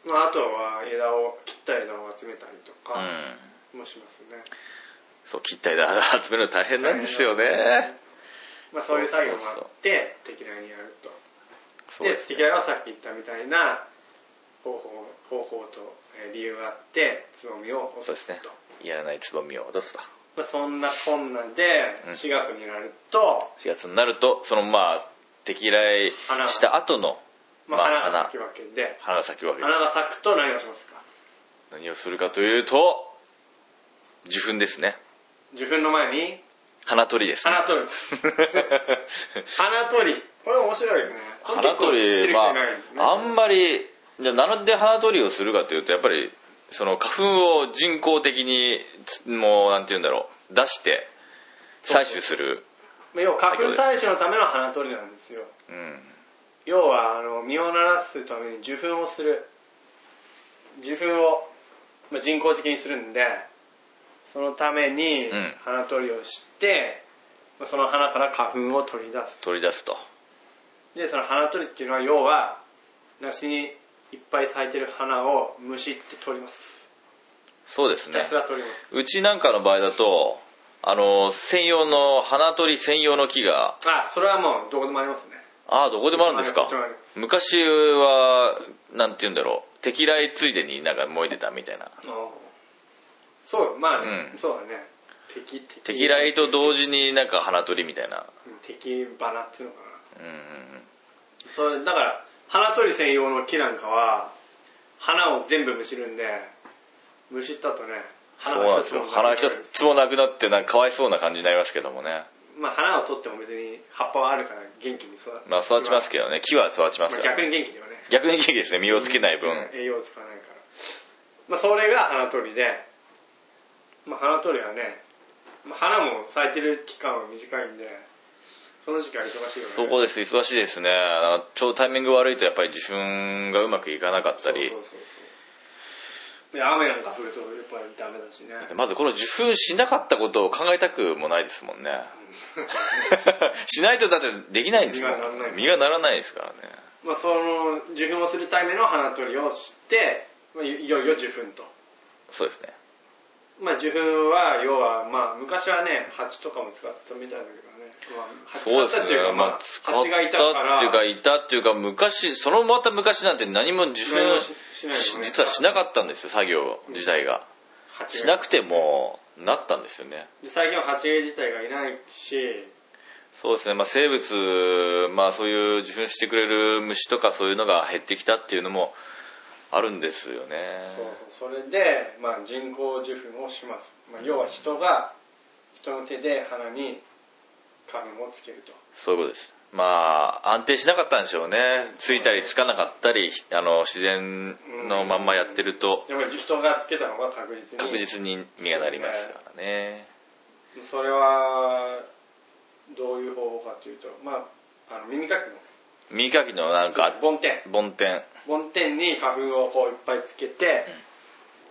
B: ね、まあ、あとは枝を切った枝を集めたりとか
C: うん
B: もしますね、
C: そう切った枝集めるの大変なんですよね
B: まあ、そういう作業もあって適来にやると
C: そう
B: で
C: です
B: 適
C: ね
B: 来はさっき言ったみたいな方法方法とえー理由があってつぼみを落
C: そ
B: と
C: うですすね
B: と
C: やらないつぼみを落とすと
B: まあ、そんなこんなんで
C: うん
B: 4月になると、
C: 4月になるとそのまあ敵来した後の
B: まあ、
C: まあ
B: 花が
C: 花
B: 咲くわけで
C: 花咲くわけで
B: 花が咲くと何をしますか
C: す何をするかというと受粉ですね
B: 受粉の前に
C: 花取りですね
B: 花取るんです 花取りこれ面白いよねこれ
C: 花取
B: 結構知って
C: り
B: る
C: ま
B: 人いないよね
C: ああんまりじゃあなんで花取りをするかというとやっぱりその花粉を人工的につもうなんて言うんだろう出して採取する
B: まあ要は花粉採取のための花取りなんですよ
C: うん
B: 要はあの実をならすために受粉をする受粉を、まあ、人工的にするんでそのために
C: うん
B: 花取りをして、まあその花から花粉を取り出す
C: 取り出すと
B: でその花取りっていうのは要は梨にいっぱい咲いてる花をむしって取ります
C: そうです
B: ひた
C: ね
B: すら取ります
C: うちなんかの場合だとあの専用の花取り専用の木が
B: あそれはもうどこでもありますね
C: ああどこでもあるんです
B: ど
C: か
B: こでもありま
C: 昔はなんて言うんだろう敵来ついでになんか燃えてたみたいな
B: そうまあね、
C: うん
B: そうだね敵敵
C: 敵来と同時になんか花取りみたいな
B: うん敵バラっていうのかな
C: うんうん
B: それだから花取り専用の木なんかは花を全部むしるんでむしったとね
C: そ
B: 花
C: う
B: が
C: なん
B: 一
C: で
B: つ
C: すよ
B: も
C: 花
B: なくな
C: 一
B: る
C: つもなくなってなんかかわいそうな感じになりますけどもね
B: まあ花を取っても別に葉っぱはあるから元気に育つ
C: まあ育ちますけどね木は育ちますか
B: まあ
C: ら
B: 逆に元気ではね
C: 逆に元気ですね実をつけない分
B: 栄養を使わないから、まあ、それが花取りで、まあ、花取りはね、まあ、花も咲いてる期間は短いんでその時期は忙しいよね
C: そこです忙しいですねなんかちょうどタイミング悪いとやっぱり受粉がうまくいかなかったり
B: そうそうそうそうで雨なんか降るとやっぱりダメだしね
C: まずこの受粉しなかったことを考えたくもないですもん ねしないとだってできないんですもん
B: 実がなら
C: 実がなら
B: ない
C: ないですからね
B: まあ、その受粉をするための花取りをして、まあ、いいよいよ受粉と、
C: そうですね
B: まあ、受粉は要は、まあ、昔はね蜂とかも使ったみたいだけどね、まあ、蜂
C: そうです
B: 使ったっていう
C: ね
B: か、ま
C: まあ
B: あ、
C: 使ったってい
B: 蜂がいたから
C: うかいたっていうか昔そのまた昔なんて何も受粉
B: 何もししないよね
C: 実はしなかったんですよ作業自体が
B: 蜂
C: し
B: が
C: なくてもなったんですよね
B: で最近は蜂自体がいないし
C: そうですね、まあ、生物、まあ、そういう受粉してくれる虫とかそういうのが減ってきたっていうのもあるんですよね
B: そうそうそれで、まあ、人工受粉をします、まあ、要は人が人の手で鼻に花粉をつけると
C: そういうことですまあ安定しなかったんでしょうねついたりつかなかったりひあの自然のまんまやってると
B: やっぱり人がつけたのが確実に
C: 確実に実がなりますからね
B: それはどういう方法かというと、まあ、あの耳かきの
C: 耳かきのなんか
B: 梵天
C: 梵天
B: 梵天に花粉をこういっぱいつけて、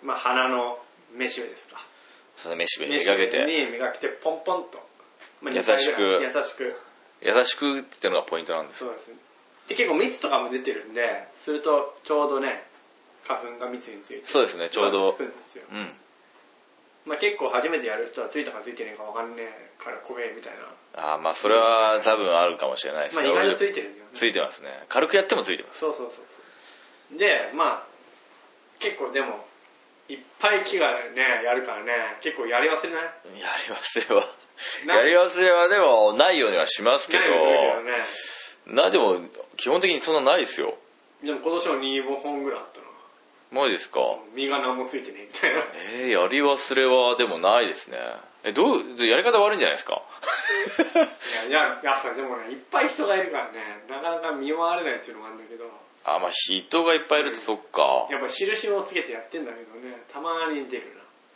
B: まあ、鼻の目しべですか
C: その飯べに
B: 目
C: 見
B: し
C: か
B: べ
C: けて
B: に磨けてポンポンと、まあ
C: 優しく
B: 二回ぐらい優しく
C: 優しくってのがポイントなんです
B: そうですねで結構蜜とかも出てるんでするとちょうどね花粉が蜜について
C: そうですねちょう
B: つ
C: ど
B: くんですよ、
C: うん
B: まあ、結構初めてやる人はついたかついてないかわかんねえから怖えみたいな、
C: あーまあそれは多分あるかもしれないです
B: まあ、
C: ね
B: 意外
C: 俺
B: とついてるんだよね
C: ついてますね軽くやってもついてます
B: そうそうそうそうでまあ結構でもいっぱい木がねやるからね結構やり忘れない
C: やり忘 れは
B: な
C: やり忘れはでもないようにはしますけ
B: ないです
C: ど
B: ね
C: なでも基本的にそんなないですよ
B: でも今年も2本ぐらいあったな
C: マジですか
B: 実が何もついてねえみた いな
C: えー、やり忘れはでもないですねえどうやり方悪いんじゃないですか
B: いやいややっぱでもねいっぱい人がいるからねなかなか見回れないっていうのもあるんだけど
C: あ、まあ人がいっぱいいるとそっか。
B: やっぱ印をつけてやってんだけどね、たまに出る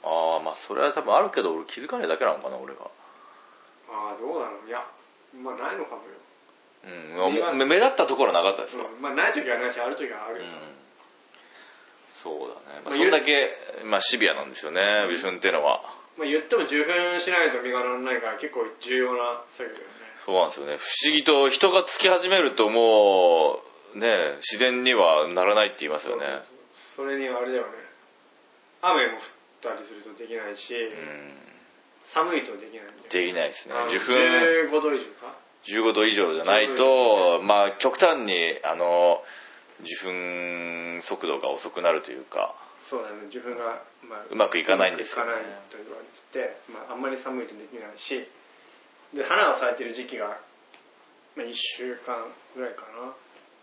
B: な。
C: ああ、まあそれは多分あるけど俺気づかないだけなのかな、俺が。
B: ああ、どうなのいや、まあないのかもよ。
C: うんまあ、目目立ったところはなかったですわ。
B: うん、まあない時はないし、ある時はあるよ。
C: うんそうだね。まあ、
B: まあ
C: それだけ、まあ、シビアなんですよね、微春っていうのは。
B: まあ言っても10分しないと身が乗らないから結構重要な作業だよね。
C: そうなんですよね。不思議と人がつき始めるともう、ね、自然にはならないって言いますよね。
B: それにあれだよね、雨も降ったりするとできないし、
C: うん。
B: 寒いとできないんだよ。
C: できないですね
B: あ。の
C: 受粉
B: 15度以上か
C: 15度以上じゃないと、まあ、極端に、あの、受粉速度が遅くなるというか、
B: そうだね、受粉が、まあ、
C: うまくいかないんですよね
B: うまくいかないと言われてて、まあ、あんまり寒いとできないし、で、花が咲いてる時期が、まあ、1週間ぐらいか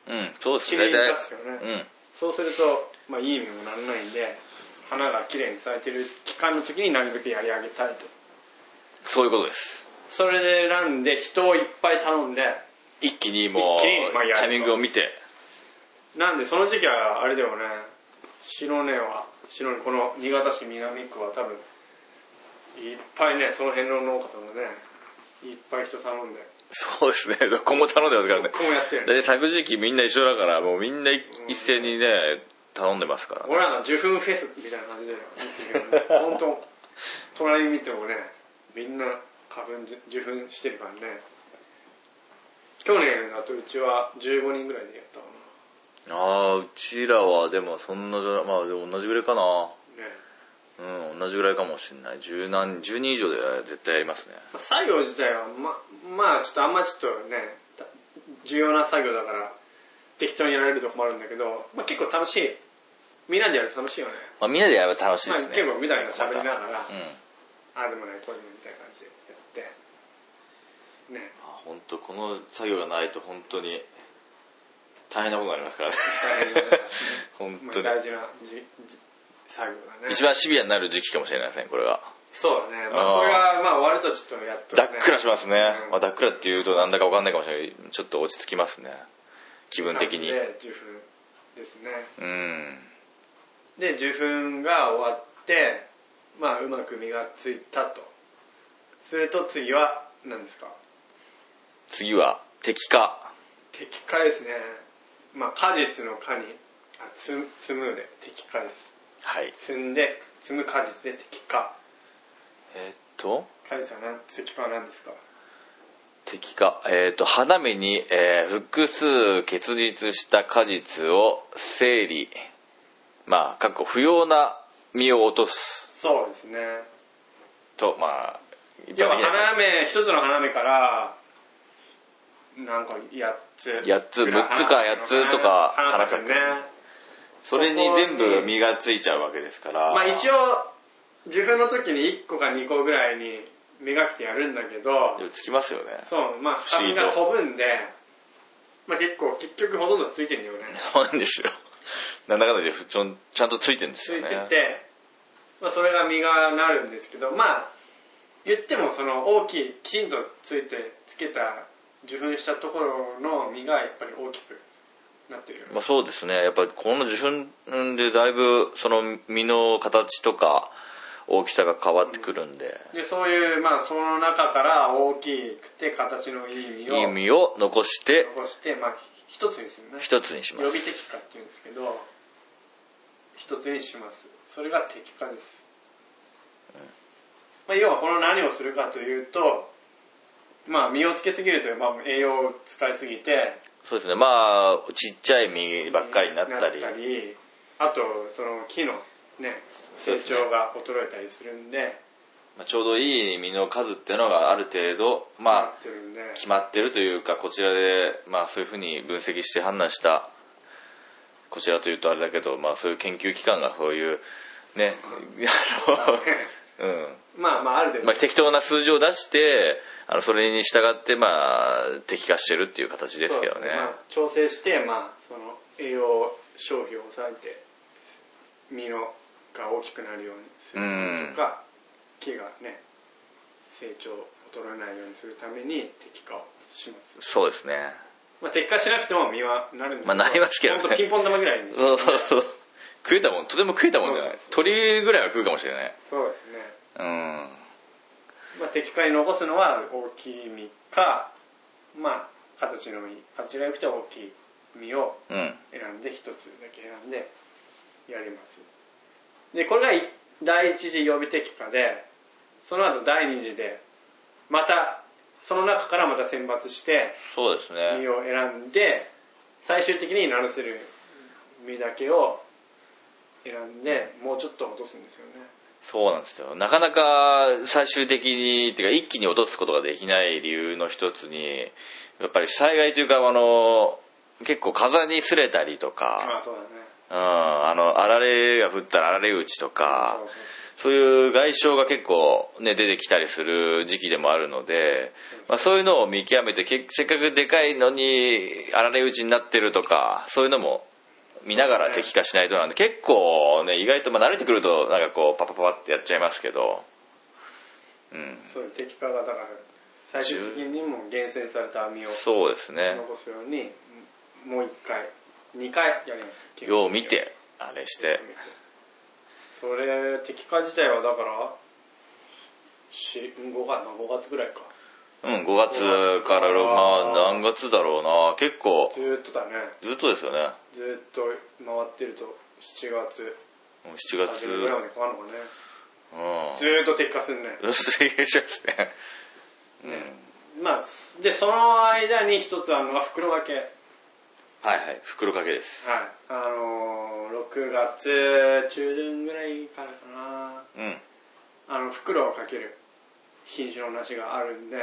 B: な。
C: うん、そうです
B: 綺
C: ね。
B: 麗に
C: 大
B: 出
C: 体
B: すよね。
C: うん。
B: そうすると、まあ、いい意味もならないんで、花が綺麗に咲いてる期間の時になるべくやり上げたいと。
C: そういうことです。
B: それで選んで、人をいっぱい頼んで、
C: 一気にも
B: 一気にまあ
C: う、
B: やると
C: タイミングを見て、
B: なんでその時期はあれだよね白根は白根この新潟市南区は多分いっぱいねその辺の農家さんがねいっぱい人頼んで
C: そうですね、どこも頼んでますからね。
B: こうやってる、
C: 大体作時期みんな一緒だから、もうみんな一一斉にね、頼んでますからね。
B: 俺らが受粉フェスみたいな感じだよ本当隣見てもねみんな花粉受受粉してるからね去年だとうちは15人ぐらいでやったか
C: ああ、うちらはでもそんなじゃ、まあでも同じぐらいかな。
B: なね
C: うん、同じぐらいかもしれない。十何、十人以上で絶対やりますね。
B: まあ作業自体はままあちょっとあんまちょっとねた重要な作業だから適当にやられると困るんだけど、まあ、結構楽しいみんなでやると楽しいよね
C: まあみんなでやれば楽しい
B: ま
C: で
B: あ、
C: すね。
B: 結構みたいな喋りながら、あ
C: うん。
B: あでもないこういうのみたいな感じでやってね
C: あ本当この作業がないと本当に大変なことになりますからね。
B: 大変だな
C: 本
B: まあ
C: 当に。
B: 大事なじじ作業だね
C: 一番シビアになる時期かもしれないですね、これが。
B: そうだねまあ
C: あー
B: それがまあ終わるとちょっとやっと、ね、
C: ダックラしますね。
B: うん
C: まあ、ダックラって言うとなんだかわかんないかもしれない。ちょっと落ち着きますね。気分的に。
B: で受粉ですね
C: うん。
B: で受粉が終わってまあうまく実がついたとすると次は何ですか
C: 次は、敵化。
B: 摘果ですねまあ果実の果にあつ積むで摘果です
C: はい。
B: 積んで積む果実で摘果
C: えーっと、
B: 果実は何摘果は何ですか
C: 敵化。えーっと、花芽に、えー複数結実した果実を整理。まあ、かっこ不要な実を落とす。
B: そうですね
C: と、まあ、一
B: 要は
C: 的には
B: 花芽一つの花芽からなんか8つ
C: 8つ6つか8つとか
B: 花咲くね
C: 花それに全部実がついちゃうわけですから。
B: まあ一応、受粉の時に1個か2個ぐらいに磨きてやるんだけど
C: で、もつきますよね。
B: そう、まあ
C: 不思
B: 花
C: 議
B: 粉
C: と
B: が飛ぶんで、まあ結構、結局ほとんどついてるんだよね。
C: そうなんですよ。 なんだかんだでちょんちゃんとついてるんです
B: つ
C: よ
B: い
C: ね。
B: てて、まあそれが実がなるんですけど、まあ、言ってもその大きい、きちんとついて、つけた、受粉したところの実がやっぱり大きくなってるよね。
C: まあ、そうですね。やっぱりこの受粉でだいぶその実の形とか大きさが変わってくるんで、
B: で、そういう、まあその中から大きくて形のいい
C: い
B: 実
C: い
B: を
C: 実を残して
B: 残して、まあ一つにするね。
C: 一つにしま
B: 予
C: す。
B: 備的化って言うんですけど一つにしますそれが適化です、まあ、要はこの何をするかというとまあ身をつけすぎるという、まあ、栄養を使いすぎて
C: そうですね。まあ、ちっちゃい実ばっかりになったり、
B: なあとその木のね
C: そうで
B: 成
C: すね
B: 長が衰えたりするんで
C: まあ、ちょうどいい実の数っていうのがある程度、まあ、
B: なってるんで
C: 決まってるというかこちらで、まあ、そういうふうに分析して判断したこちらというとあれだけど、まあ、そういう研究機関がそういうねあの、うん
B: まあまあある程度、
C: まあ、適当な数字を出してあのそれに従って、まあ、適化してるっていう形ですけどね
B: まあ調整して、まあ、その栄養消費を抑えて実のが大きくなるようにするとか、木がね成長を衰えないようにするために適化をします、
C: そうですね
B: ままあ、撤回しなくても実はなるんだけど
C: まあなりますけどね
B: ほんとピンポン玉ぐらいに。
C: そうそうそう食えたもんとても食えたもんじゃない
B: そう
C: 鳥ぐらいは食うかもしれない
B: そうですね。
C: うん
B: まあ、撤回残すのは大きい実か、まあ、形の実、形が良くて大きい実を
C: うん
B: 選んで、一つだけ選んで、やります。で、これがい第一次予備摘果で、その後第二次で、また、その中からまた選抜して、
C: そうですね
B: 実を選んで最終的にならせる実だけを選んでもうちょっと落とすんですよね
C: そうなんですよなかなか最終的にっていうか一気に落とすことができない理由の一つにやっぱり災害というかあの結構風にすれたりとか、
B: ああそうだね
C: うん、あのあられが降ったらあられ打ちとか
B: そ
C: そ
B: うそう
C: ういう外傷が結構ね、出てきたりする時期でもあるので、まあそういうのを見極めて、けせっかくでかいのに、あられ打ちになってるとか、そういうのも見ながら敵化しないとなんで、結構ね、意外とまあ慣れてくると、なんかこう、パパパパってやっちゃいますけど、うん、
B: そういう敵化がだから最終的にもう厳選された網を
C: そうですね。
B: 残すようにもう一回二回やります
C: よう見て、あれして、
B: それ敵化自体はだから5月5月ぐらいか
C: うん、5月から、まあ何月だろうな、結構、
B: ずーっとだね
C: ずっとですよね。
B: ずーっと回ってると7月
C: もう7
B: 初
C: 月、
B: めぐらいまでかかるのかね
C: うん。
B: ずーっと敵化するね
C: よろしくお願いし ますね。うん。
B: まあ、で、その間に一つあるのが袋掛け。はい。
C: はいはい、袋掛けです。
B: あのー、6月中旬ぐらいからか
C: うん。
B: な。あの、袋をかける品種の梨があるんで、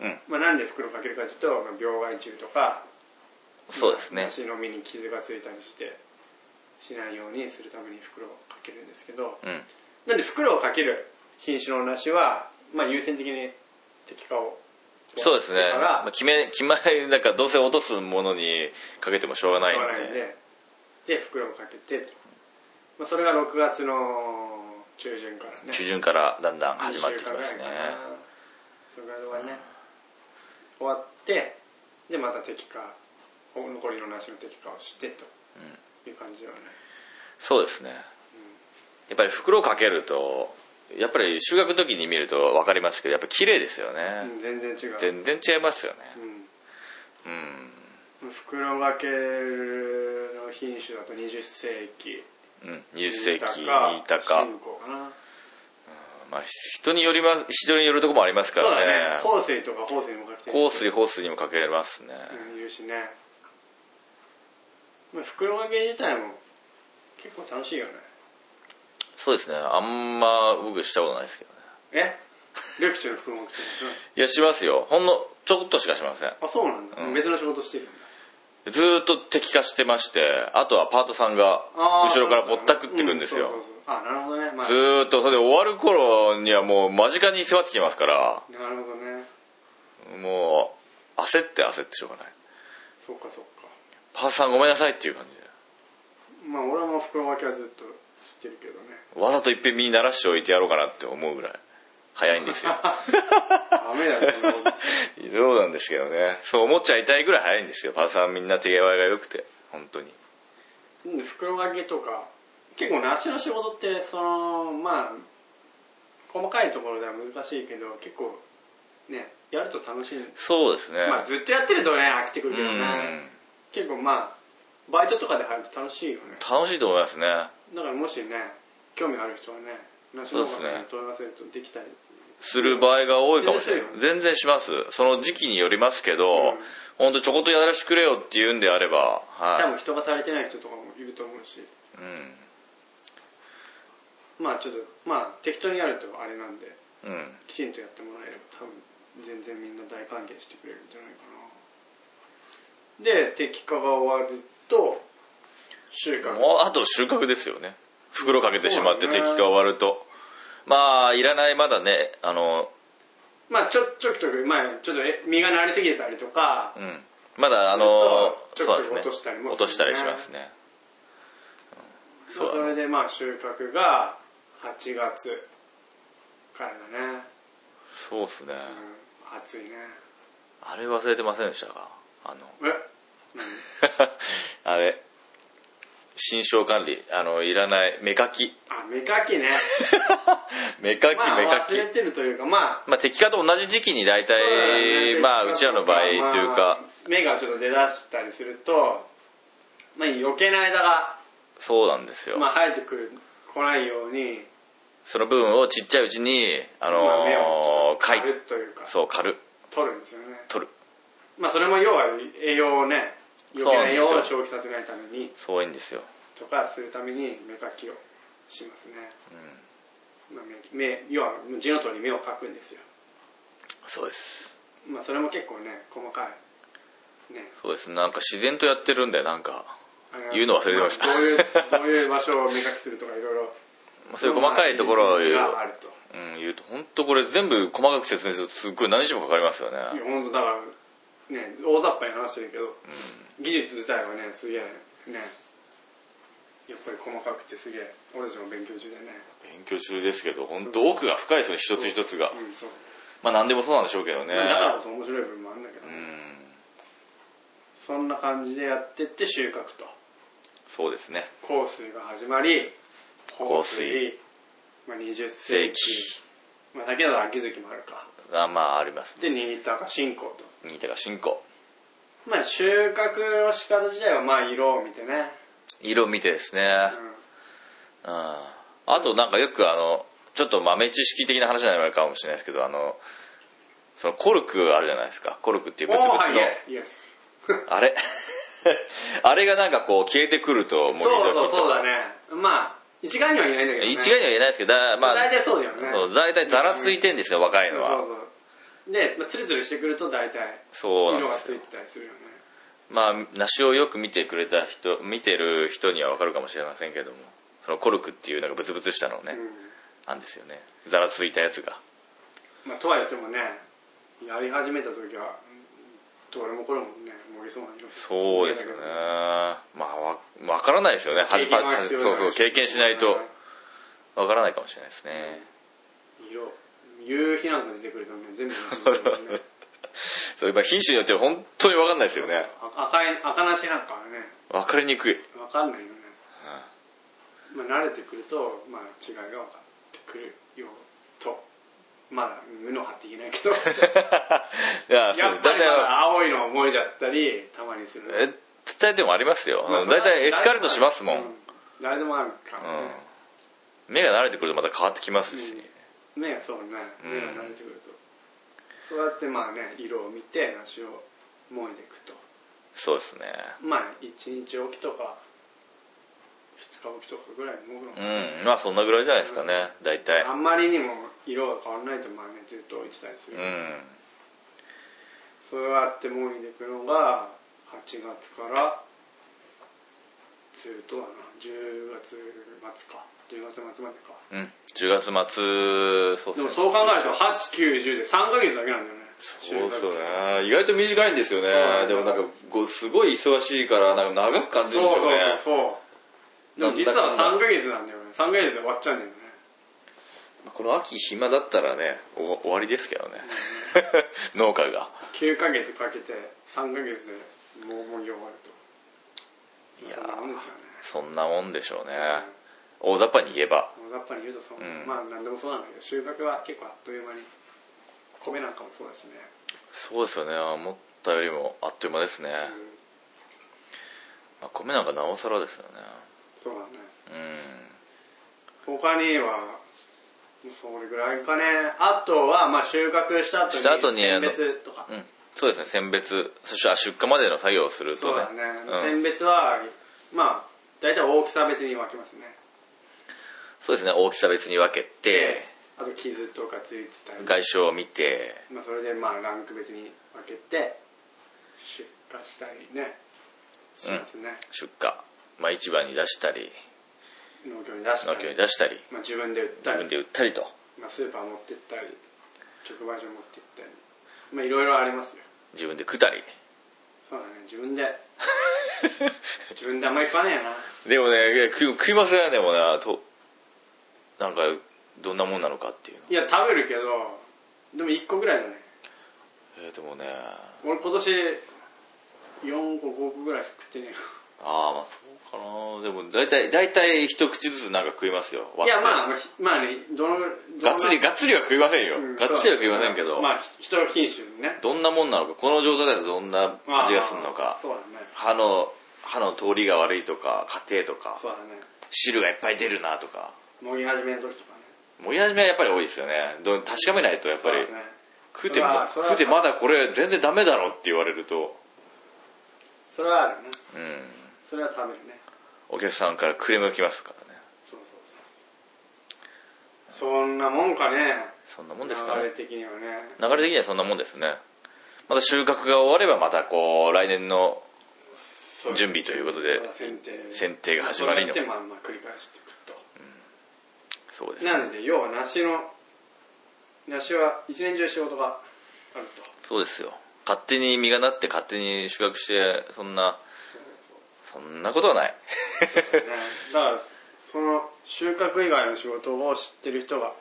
C: うん。
B: まあ、なんで袋をかけるかというと、まあ病害虫とか、
C: そうですね。
B: 梨の実に傷がついたりして、しないようにするために袋をかけるんですけど、
C: うん。
B: なんで袋をかける品種の梨は、まあ、優先的に適化を。
C: そうですね
B: だ。か
C: ま
B: ら
C: あ、決め、決まり、なんかどうせ落とすものにかけてもしょうがない
B: 買わない
C: ん
B: ん
C: で。
B: で、で、袋をかけて、まあ、それが6月の中旬からね。
C: 中旬からだんだん始まってきます
B: 二週間ぐ
C: ね
B: らい。かなそれぐらいはね、終わって、で、また適化、残りの梨の適化をしてという感じだよね。
C: そうですね。やっぱり袋をかけると、やっぱり収穫の時に見ると分かりますけど、やっぱ綺麗ですよ
B: う
C: ね。
B: ん、全然違う。
C: 全然違いますよね。
B: う
C: うん。
B: ん。袋分けの品種だと20世紀。
C: うん。20世紀に
B: 新
C: いたか。
B: 新興かな。
C: まあ、人によります、人によるとこもありますか
B: そうだ
C: ら
B: ね。
C: ね。
B: 香水とか香水にもかけてる
C: 香水、香水にもかけますね。
B: うんいるしね、まあ、袋掛け自体も結構楽しいよね
C: そうですね。あんま僕したことないですけどね。
B: えレクチャーの袋 掛けっ
C: い
B: て
C: や、しますよ。ほんのちょこっとしかしません。
B: あそうなんだ、
C: うん
B: 別の仕事してるんだ
C: ずーっと敵化してまして、あとはパートさんが
B: あー
C: 後ろからぼったくってくんです
B: う
C: よ
B: そう。そうあなるほどね、ま
C: ずーっと、それで終わる頃にはもう間近に迫ってきますから、
B: あ、なるほどね
C: もう焦って焦ってしょうがない。
B: そっかそっか
C: パートさんごめんなさいっていう感じで。
B: まあ俺はもう袋掛けはずっと知ってるけどね
C: わざと一遍身に慣らしておいてやろうかなって思うぐらい。早いんですよ。
B: ダメだよそんなこと
C: そうなんですけどね。そう思っちゃいたいぐらい早いんですよ。パートさんみんな手際が良くて、本当に。
B: なんで袋掛けとか結構梨の仕事ってそのまあ細かいところでは難しいけど結構ねやると楽しいんです
C: そうですね。
B: まあずっとやってるとね飽きてく
C: う
B: るけどね
C: ん。
B: 結構まあバイトとかで入ると楽しいよね
C: 楽しいと思いますね。
B: だからもしね興味ある人はね梨の方に問い合わせるとできたり
C: する場合が多いかもしれない。全然します。その時期によりますけど、ほんとちょこっとやらしてくれよって言うんであれば、
B: 多
C: は
B: 分人が足りてない人とかもいると思うし
C: い。うん。
B: まあちょっとまあ適当にやるとあれなんで
C: うん。
B: きちんとやってもらえれば多分全然みんな大歓迎してくれるんじゃないかなで適化が終わると収穫
C: もうあと収穫ですよね。袋かけてしまって
B: そうだ
C: 敵
B: ね
C: が終わると。まあ、いらないまだね、あの、
B: まあちょちょくちょく、まあ、ちょっとえ実がなりすぎたりとか
C: うん。まだあの、そ
B: ちょっ
C: う
B: と
C: ですね。
B: 落としたりも
C: 落としたりしますね。うん
B: そ
C: そうだね
B: れでまあ収穫が8月からだね、
C: そうですね。
B: うん、暑いね
C: あれ忘れてませんでしたかあの
B: え
C: あれ心象管理あのいらない目かき
B: あ、目かきね。
C: 目かき
B: ま
C: 目
B: あ
C: か、
B: 忘
C: き
B: れてるというか、まあ、
C: まあ敵化と同じ時期に大体
B: そうだね
C: まあうちらの場合というか
B: まあ目がちょっと出だしたりすると、まあ、余計な間が、
C: そうなんですよ
B: まあ、生えてくる、来ないように、
C: その部分をちっちゃいうちにあの
B: まあ、目を
C: かい
B: 刈るというか、
C: そう刈る
B: 取るんですよね。
C: 取る
B: まあ、それも要は栄養をね、
C: そう
B: 余
C: な
B: 計
C: ん
B: な
C: で
B: 栄
C: すよ
B: 養を消費させないために、
C: そういいんですよ
B: とかするために目かきをしますね。まあ、目、目要は字の通り目を描くんですよ。
C: そうです
B: まあ、それも結構ね、細かい。ね。
C: そうですなんか自然とやってるんだよなんか、
B: あれ
C: 言うの忘れてました
B: あどういう、どういう場所を目かきするとかいろいろ。
C: まあ、そういう細かいところを言う
B: があると。
C: うん、言うと本当これ全部細かく説明するとすっごい何日もかかりますよ
B: い
C: ね
B: や、本当だから、ね、大雑把に話してるけど、技術自体はね、すげえ、ね、やっぱり細かくてすげえ、俺たちも勉強中でね。
C: 勉強中ですけど本当奥が深いですね一つ一つが
B: うん、そう。
C: まあ何でもそうなんでしょうけどね
B: だからこそ面白い部分もあるんだけど、
C: うん
B: そんな感じでやってって収穫と。
C: そうですね
B: 香水が始まり、
C: 香水
B: まあ、20世
C: 正規
B: 紀、まあ、だけど秋月もあるか。
C: がまああります
B: で、新高信仰と。
C: 新高進行
B: まあ収穫の仕方自体はまあ色を見てね。
C: 色見てですね、
B: う。
C: うん、あとなんかよくあのちょっと豆知識的な話になるかもしれないですけどあのそのコルクあるじゃないですかコルクっていうんブツブツの、
B: はい、イエス、イエス。
C: あれ あれがなんかこう消えてくるとも
B: そうそうそうだ
C: ね
B: ね。まあ、一概には言えないんだけど、ね。
C: 一概には言えないですけどだまあ
B: 大体そうだよね。
C: そう大体ざらついてんですよ、若い
B: そ
C: の
B: う
C: は
B: そう。で、まあ、ツルツルしてくると大体、
C: そうなん
B: 色
C: で
B: が
C: す
B: つ
C: よ
B: いてたりするよね。
C: まあ梨をよく見てくれた人見てる人にはわかるかもしれませんけどもそのコルクっていうなんかブツブツしたのね、
B: う
C: あんですよねざらついたやつが
B: ん。まあ、とは言ってもね、やり始めた時は、どれもこれもね、もげそうな色。
C: そうですよねまあわわからないですよね
B: 経
C: 始
B: 験
C: ま
B: は必要だし。
C: そうそう経験しないとわからないかもしれないですね、
B: 色。夕日なんか出てくるとね、全部同じ色だも んね
C: そういえば品種によっては本当にわかんないですよね
B: あ赤い、赤なしなんかはね、
C: わかりにくい
B: わかんないよね、まあ、慣れてくると、まあ、違いが分かってくるよとまだ無の張って言えない けど
C: いやそ
B: や
C: う
B: っぱ
C: 大
B: り
C: 体
B: ま
C: は
B: だ青いの思いちゃったりたまにする
C: え大体でもありますよ
B: まあ
C: うん大体エスカレートしますもん、
B: う誰でもあるからね、
C: うん、目が慣れてくるとまた変わってきますし、
B: うん目がそうね目が慣れてくると、そうやってまあね色を見て梨をもいでいくと
C: そうですね
B: まあ1日おきとか2日おきとかぐらいもぐのかな
C: うんまあそんなぐらいじゃないですかね大体
B: あんまりにも色が変わらないとまあねずっと置いてたりす
C: う
B: る、
C: ん
B: そうやってもいでいくのが8月からずっとだな10月末か10月末までか
C: うん10月末そう
B: で
C: で
B: も
C: すね
B: そう考えると890で3ヶ月だけなんだよね
C: そうっすよ
B: 収
C: ね意外と短いんですよ
B: そ
C: ね
B: う
C: でもなんかごすごい忙しいからなんか長く感じるんで
B: 穫
C: す
B: そうそ
C: よ
B: う
C: ね
B: そうそうでも実は3ヶ月なんだよね3ヶ月で終わっちゃうんだよね
C: この秋暇だったらねお終わりですけどね 農家が
B: 9ヶ月かけて3ヶ月でもうもぎ終わると
C: いやー
B: そんなもんですよね
C: そんなもんでしょうね
B: うん
C: 大雑把に言えば
B: 大雑把に言うとそう、
C: うん
B: まあ何でもそうなんだけど収穫は結構あっという間に米なんかもそうだしね、
C: そうですよね思ったよりもあっという間ですね、
B: うん
C: まあ、米なんかなおさらですよね
B: そうだね
C: うん
B: 他にはそれぐらいかねあとはまあ収穫した後に
C: した後にあの
B: 選別とか、
C: うん、そうですね選別そして出荷までの作業をすると
B: そう
C: ね
B: だね、
C: うん、
B: 選別はまあ大体大きさ別に分けますね
C: そうですね大きさ別に分けて
B: あと傷とかついてたり、
C: 外傷を見て
B: まあ、それでまあランク別に分けて出荷したりねしますね、
C: 出荷、まあ、市場に出したり
B: 農協に出した
C: 農
B: り
C: 協に出したり
B: まあ、自分で売っ
C: 自
B: たり
C: 分で売ったりと
B: まあ、スーパー持ってったり直売所持ってったりまあいろいろありますよ
C: 自分で食ったり
B: そうだね自分で自分であんまり食わねえな
C: でもね食食いますねでもねとなんかどんなもんなのかっていうの、
B: いや食べるけどでも1個ぐらいじゃない
C: えーでもね
B: 俺今年4個5個ぐらいしか食ってねえよ
C: ああまあそうかなでも大体大体一口ずつなんか食いますよ
B: いや
C: あ
B: まあまあねどのどの
C: がっつりがっつりは食いませんよ、
B: うん
C: がっつりは食いませんけど、
B: まあひ人の品種にね
C: どんなもんなのかこの状態だとどんな味がするのか
B: あーそうだね
C: 歯の歯の通りが悪いとか硬いとか
B: そうだね
C: 汁がいっぱい出るなとか
B: もぎ始めの時とかね
C: 盛り始めはやっぱり多いですよねどう確かめないとやっぱり、
B: そうだね
C: 食うて
B: それ
C: も
B: はそれは
C: 食うてまだこれ全然ダメだろって言われると
B: それはあるね
C: うん
B: それは食べるね
C: お客さんからクレームが来ますからね
B: そうそうそうそんなもんかね
C: そんなもんですかね
B: 流れ的にはね
C: 流れ的にはそんなもんですねまた収穫が終わればまたこう来年の
B: そう
C: 準備ということで
B: 剪定
C: 剪定が始まりの
B: それでまあまあ繰り返していくと
C: そうです
B: なん
C: ね
B: で要は梨の梨は一年中仕事があると
C: そうですよ勝手に実がなって勝手に収穫してそんなそんなことはない
B: ねだからその収穫以外の仕事を知ってる人が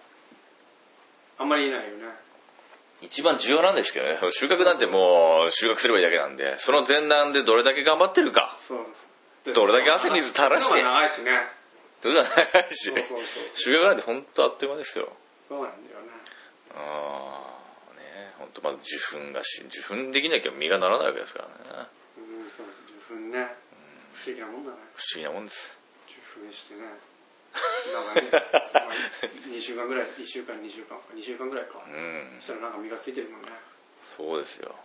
B: あんまりいないよね
C: 一番重要なんですけどねその収穫なんてもう収穫すればいいだけなんでその前段でどれだけ頑張ってるか
B: そうです
C: どれだけ汗水垂らして
B: そういうのが長いしね
C: というのはないし
B: そうそうそう
C: 収穫なんて本当あっという間ですよ
B: そうなんだよね
C: ああね本当まず受粉がし受粉できなきゃ実がならないわけですからね
B: うんそうです受粉ね不思議なもんだね
C: 不思議なもんです
B: 受粉してねなんかね まあ2週間ぐらい1週間2週間か2週間ぐらいか
C: うん
B: そしたらなんか実がついてるもんね
C: そうですよ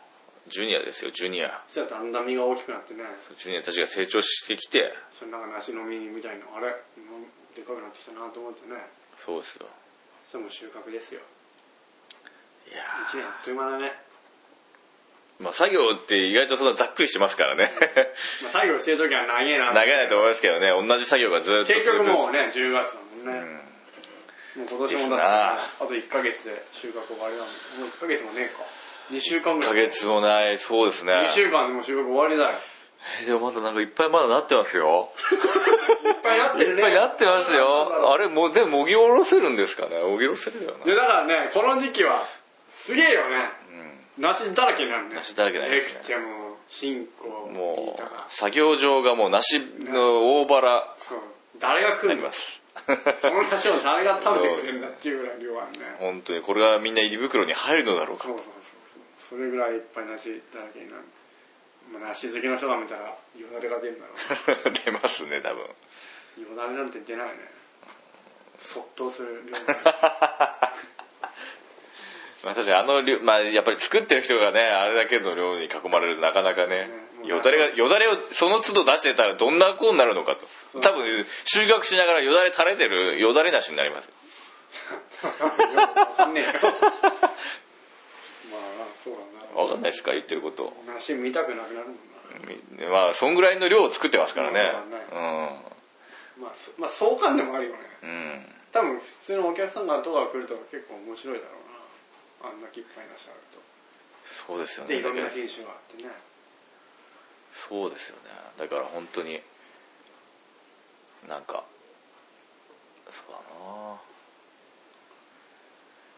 C: ジュニアですよジュニア
B: そしたらだんだん実が大きくなってね
C: ジュニアたちが成長してきて
B: それなんか梨の実みたいなあれなんでかくなってきたなと思ってね
C: そうですよ
B: そしたらもう収穫ですよ
C: いや
B: 1年あっという間だね
C: ーまあ作業って意外とそんなざっくりしてますからね
B: まあ、作業してる時は長えな
C: 長いないと思いますけどね同じ作業がずっと
B: 結
C: 続
B: 局
C: く
B: もうね10月だもんね、もう今年もだってあと1ヶ月で収穫終わりだもんもう1ヶ月もねえか2週間ぐ
C: 1
B: ら
C: ヶ
B: い
C: 月もないそうですね
B: 2週間でもう収穫終わりだよ
C: えでもまだなんかいっぱいまだなってますよ
B: いっぱいなってる
C: い
B: ね
C: っぱいなってますよあれもうでももぎおろせるんですかねもぎおろせるよ
B: いや
C: な
B: だからねこの時期はすげえよね、梨だらけになるね
C: 梨だらけになりますね
B: レクチャーも新行
C: も
B: とか
C: う作業場がもう梨の大腹
B: そう誰が食
C: あり
B: うの
C: ます
B: この梨を誰が食べてくれるんだっていうぐらい量あるね
C: 本当にこれがみんな入り袋に入るのだろうか
B: そうそうそうそうそれぐらいいっぱい梨だらけになる、まあ、梨好きの人が見たらよだれが出るんだろ
C: 出ますね多分
B: う よだれなんて出ないねそっとする量が
C: まあ確かにあの量、まあやっぱり作ってる人がね、あれだけの量に囲まれるとなかなかね、
B: うん
C: よだれが、よだれをその都度出してたらどんな子になるのかと。
B: う
C: 多分、収穫しながらよだれ垂れてるよだれなしになりますよ。
B: わ かんねえよまあそうだ
C: わかんないですか言ってること。
B: な梨見たくなくなるもんな
C: みまあ、そんぐらいの量を作ってますからね。
B: まあ、そまあ相関でもあるよね
C: うん。うん。
B: 多分普通のお客さんがとか来ると結構面白いだろうなあんなきっぱいなしあると
C: そうですよ
B: で
C: ね。
B: いろんな
C: だけど
B: 品種があってね
C: そうですよね。だから本当に、なんか、そう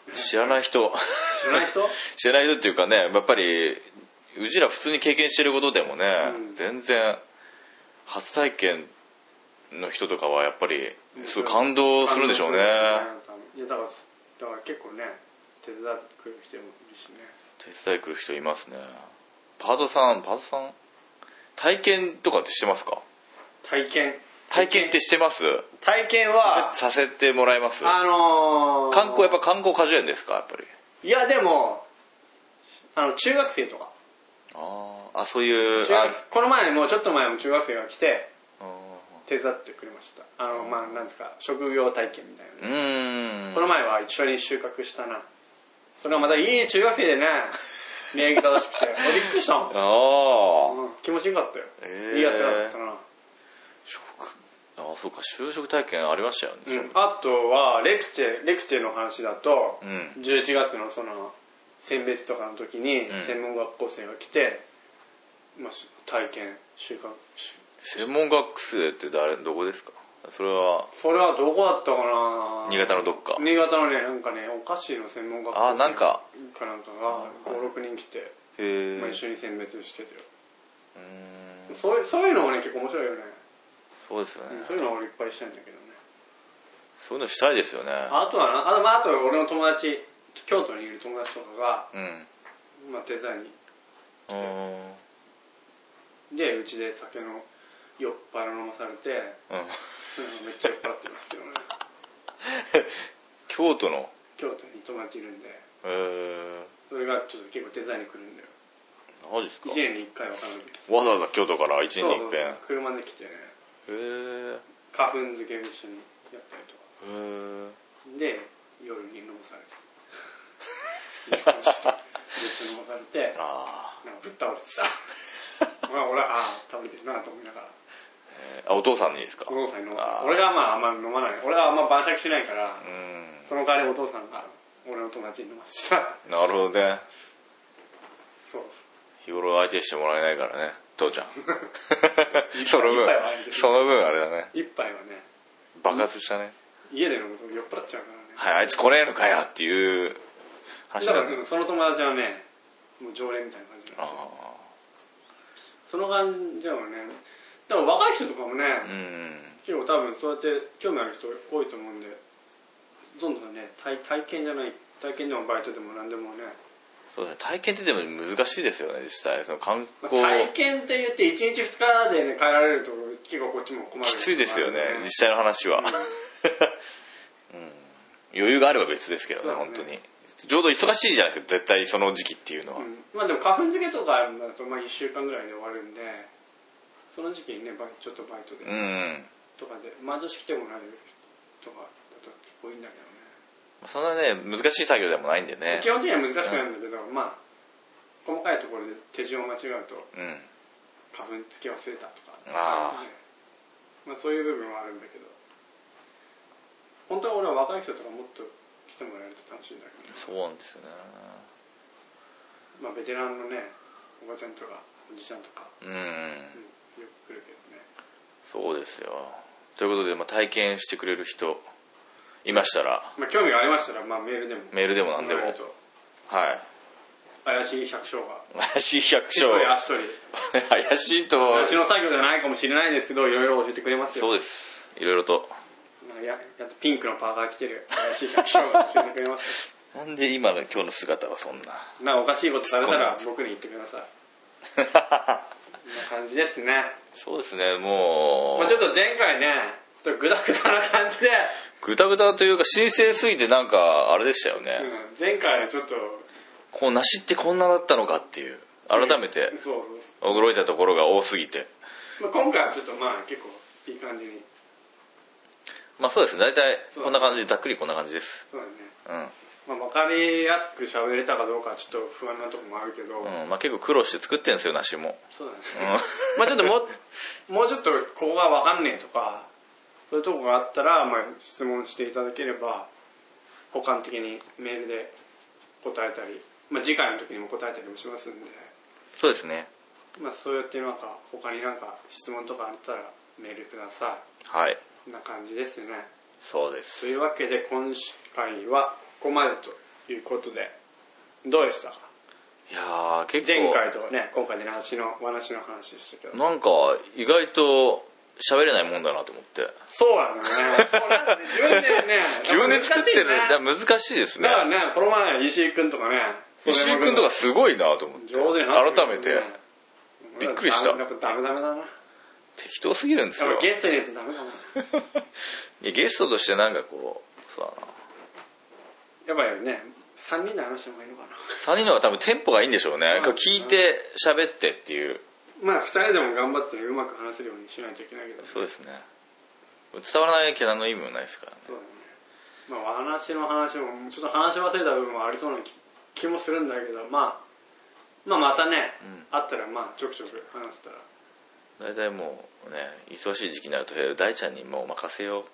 C: だな知らない人。
B: 知らない人
C: 知らない人っていうかねやっぱりうちら普通に経験してることでもね、
B: うん
C: 全然初体験の人とかはやっぱりすごい感動するんでしょうね
B: いやだからだから結構ね手伝ってくる人もいるしね
C: 手伝い来る人いますねパートさんパートさん体験とかってしてますか
B: 体験
C: 体験ってしてます
B: 体験は
C: させてもらいます
B: あのー、
C: 観光やっぱ観光果樹園ですかやっぱり
B: いやでもあの中学生とか
C: あーあそういう
B: 中
C: あ
B: 学この前もちょっと前も中学生が来て
C: あ
B: 手伝ってくれましたあのまあなんですか職業体験みたいな
C: ー
B: ね
C: うーん
B: この前は一緒に収穫したな。それがまたいい中学 生でね、礼儀正しくて。俺びっくりしたもん。
C: ああ
B: うん気持ちよかったよ。
C: へー
B: いいやつだったな。
C: 職あそうか就職体験ありましたよね、
B: うんあとは、レクチェ、レクチェの話だと、
C: うん
B: 11月のその、選別とかの時に
C: うん、
B: 専門学校生が来て、まあ、し体験、収穫、し
C: 専門学生って誰どこですかそれは
B: それはどこだったかな
C: 新潟のどっか、
B: 新潟のね、なんかね、お菓子の専門学校生
C: あなんか
B: かなんかが、5、6人来て、
C: へえ
B: まあ、一緒に選別してたよ。
C: うーん
B: そういうそういうのもね結構面白いよね、
C: そうですよね
B: うんそういうの俺いっぱいしたいんだけどね
C: そういうのしたいですよね
B: あとはなあと,、まあ、あと俺の友達京都にいる友達とかが、
C: うん
B: まあ、デザインに
C: うーん
B: でうちで酒の酔っ払い飲まされて、
C: うん
B: うんめっちゃ酔っ払ってますけどね
C: 京都の
B: 京都に友達いるんで
C: えー、
B: それがちょっと結構デザインに来るんだよ
C: マジですか
B: 1年に1回は必ず
C: わざわざ京都から一年に一遍へ
B: 車で来てね
C: え
B: 花粉漬けを一緒にやったりと
C: へえ
B: かで夜に飲まされてめっちゃ飲まされて
C: あ
B: なんかぶっ倒れてさまあ俺はああ倒れてるなと思いながら
C: ーあお父さんにですか
B: お父さんに飲
C: あー
B: ま俺がまああんまり飲まない俺はあんま晩酌しないから
C: うん
B: その代わりお父さんが俺の友達に飲ませてさ
C: なるほどね
B: そう
C: 日頃相手してもらえないからね父 ちゃん
B: い
C: その
B: いっ
C: 分
B: ぱいはあるけど
C: その分あれだね
B: 一杯はね
C: 爆発したね
B: 家で飲むと酔っ払っちゃうからね
C: はいあいつ来ねえのかよっていう話
B: だか
C: だ
B: ら
C: ね
B: その友達はねもう常連みたいな感じなの
C: あ
B: その感じだもんねでも若い人とかもね、
C: あうん
B: 結構多分そうやって興味ある人多いと思うんでどんどんね体体験じゃない体験でもバイトでも何でもね、
C: そうだね体験ってでも難しいですよね実際その観
B: まあ
C: 光
B: 体験って言って1日2日でね帰られると結構こっちも困る
C: きついですよね
B: 困る
C: 実際の話 は、うん、余裕があれば別ですけどね
B: そうだね
C: 本当にちょうど忙しいじゃないですか絶対その時期っていうのは、
B: うんまあでも花粉漬けとかあるんだとまあ1週間ぐらいで終わるんでその時期にねバイちょっとバイト
C: う
B: で、
C: ん、
B: とかで毎年来てもらえる人とかだと結構いいんだけどね
C: そんなね難しい作業でもないんでね
B: 基本的には難しくないんだけど、まあ細かいところで手順を間違うと
C: うん
B: 花粉つけ忘れたとか
C: ああ
B: まあ、そういう部分はあるんだけど本当は俺は若い人とかもっと来てもらえると楽しいんだけどね、
C: そうなんですよね
B: まあ、ベテランのねおばちゃんとかおじちゃんとか、
C: うん
B: うんよく来るけどね
C: そうですよということで、まあ、体験してくれる人いましたら
B: まあ興味がありましたら、まあ、メールでも
C: メールでも何でも
B: もらえると
C: はい
B: 怪しい百姓が
C: 怪しい百
B: 一人
C: 姓
B: あ一人
C: 怪しいと
B: 私の作業じゃないかもしれないですけどいろいろ教えてくれますよ
C: そうですいろいろと
B: なんかややつピンクのパーカー着てる怪しい百姓が教えてくれますよ
C: なんで今の今日の姿はそんな
B: なんかおかしいことされたら僕に言ってください。こんな感じですね。
C: そうですねもう、
B: まあちょっと前回ね、ちょっとグダグダな感じで、
C: ぐたぐたというか神聖すぎてなんかあれでしたよね、
B: うん前回ちょっと、
C: こう梨ってこんなだったのかっていう改めて
B: そう
C: 驚いたところが多すぎて
B: そう。まあ今回はちょっとまあ結構いい感じに、
C: まあそうですね大体こんな感じざっくりこんな感じです
B: そうだね。
C: うん、
B: まあ分かりやすく喋れたかどうかはちょっと不安なとこもあるけど、
C: うんまあ、結構苦労して作ってんですよ梨も、
B: そうだね。
C: うん、
B: まあちょっともう、 もうちょっとここがわかんねえとか、そういうとこがあったら、まあ質問していただければ、補完的にメールで答えたり、まあ次回の時にも答えたりもしますんで、
C: そうですね
B: まあそうやってなんか、他になんか質問とかあったらメールください。
C: はい
B: こんな感じですね。
C: そうで
B: と
C: す
B: いうわけで今回はここまでということで、どうでしたか
C: いやー結構
B: 前回とね、今回で話の、お話の話でしたけど。
C: なんか意外と喋れないもんだなと思って。
B: そうなのね。これだって自分でね
C: 自分で作ってる
B: 難しいね
C: 難し,、難しいですね
B: だからね、この前、石井くんとかね。
C: 石井君とかすごいなと思って
B: 上手に話して
C: 改
B: くれ
C: め
B: る
C: て
B: ね、
C: びっくりした
B: やっぱダメダメだな。やっ
C: 適当すぎるんですよ
B: ぱゲッツのやつダメだな。や
C: いやゲストとしてなんかこうそうだな
B: っぱりね、3人で話した方がいいのか
C: 3人の方が多分テンポがいいんでしょうね、
B: うん
C: 聞いて喋ってっていう
B: な。まあ、2人でも頑張ってねうまく話せるようにしないといけないけど。
C: そうですね伝わらないけど何の意味もないですからね
B: そうだね。まあ、話の話も、ちょっと話し忘れた部分もありそうな気気もするんだけど、まあ、まあ、またね、あったら、まあ、ちょくちょく話せた ら。
C: 大体もうね忙しい時期になると大ちゃんにもう任せよう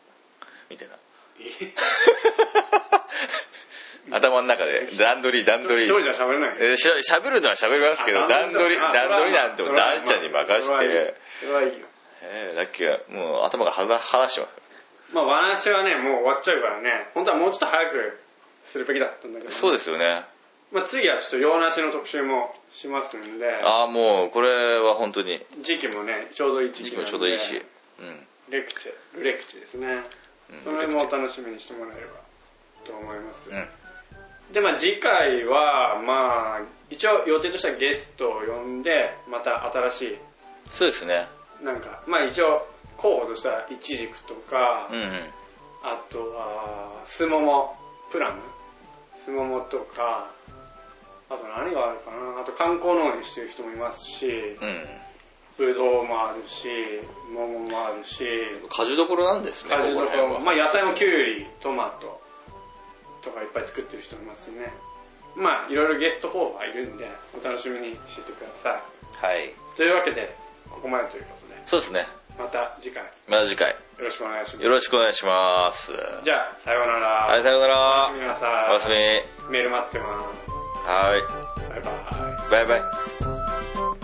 C: みたいな頭の中で段取り段取り
B: 一人じゃ喋れないけど。
C: えーしゃ喋るのは喋りますけど
B: あ
C: 段取り段取りなんてもう大ちゃんに任せ。
B: それは
C: て
B: それはいいよ。
C: えーだっけもう頭がはざ離してます
B: まあ話はね、もう終わっちゃうからね、本当はもうちょっと早くするべきだったんだけど、
C: そうですよね
B: まあ、次はちょっと洋梨の特集もしますんで、
C: ああ、もう、これは本当に、
B: 時期もね、ちょうどいい
C: 時
B: 時期
C: 期
B: な
C: も
B: んで
C: ちょうどいいし、うん。
B: レクチェ、ルレクチェですね。
C: うん
B: その辺もお楽しみにしてもらえればと思います。
C: うん。
B: で、まあ次回は、まあ、一応予定としてはゲストを呼んで、また新し
C: そうですね。
B: い、なんか、まあ一応、候補としては、イチジクとか、
C: うんうん。
B: あとは、スモモ、プラムスモモとか、あと何があるかなあと観光農園してる人もいますし、
C: うん。
B: ブドウもあるし、モモもあるし、
C: 果樹どころなんですね、
B: 果樹
C: ここら
B: とか
C: 辺
B: も、
C: は。
B: まあ野菜もキュウリ、トマトとかいっぱい作ってる人もいますね。まあいろいろゲスト候補はいるんで、お楽しみにしててください。
C: はい。
B: というわけで、ここまでということで、
C: そうですね。
B: また次回よ
C: また次回、
B: ろしくお願いしま
C: よろしくお願いします。
B: す。じゃあ、さようなら。
C: はい、さようなら。
B: 皆さ
C: おやすみ。
B: ん、メール待ってま
C: は
B: す。バイバイ。
C: い。バイバイ。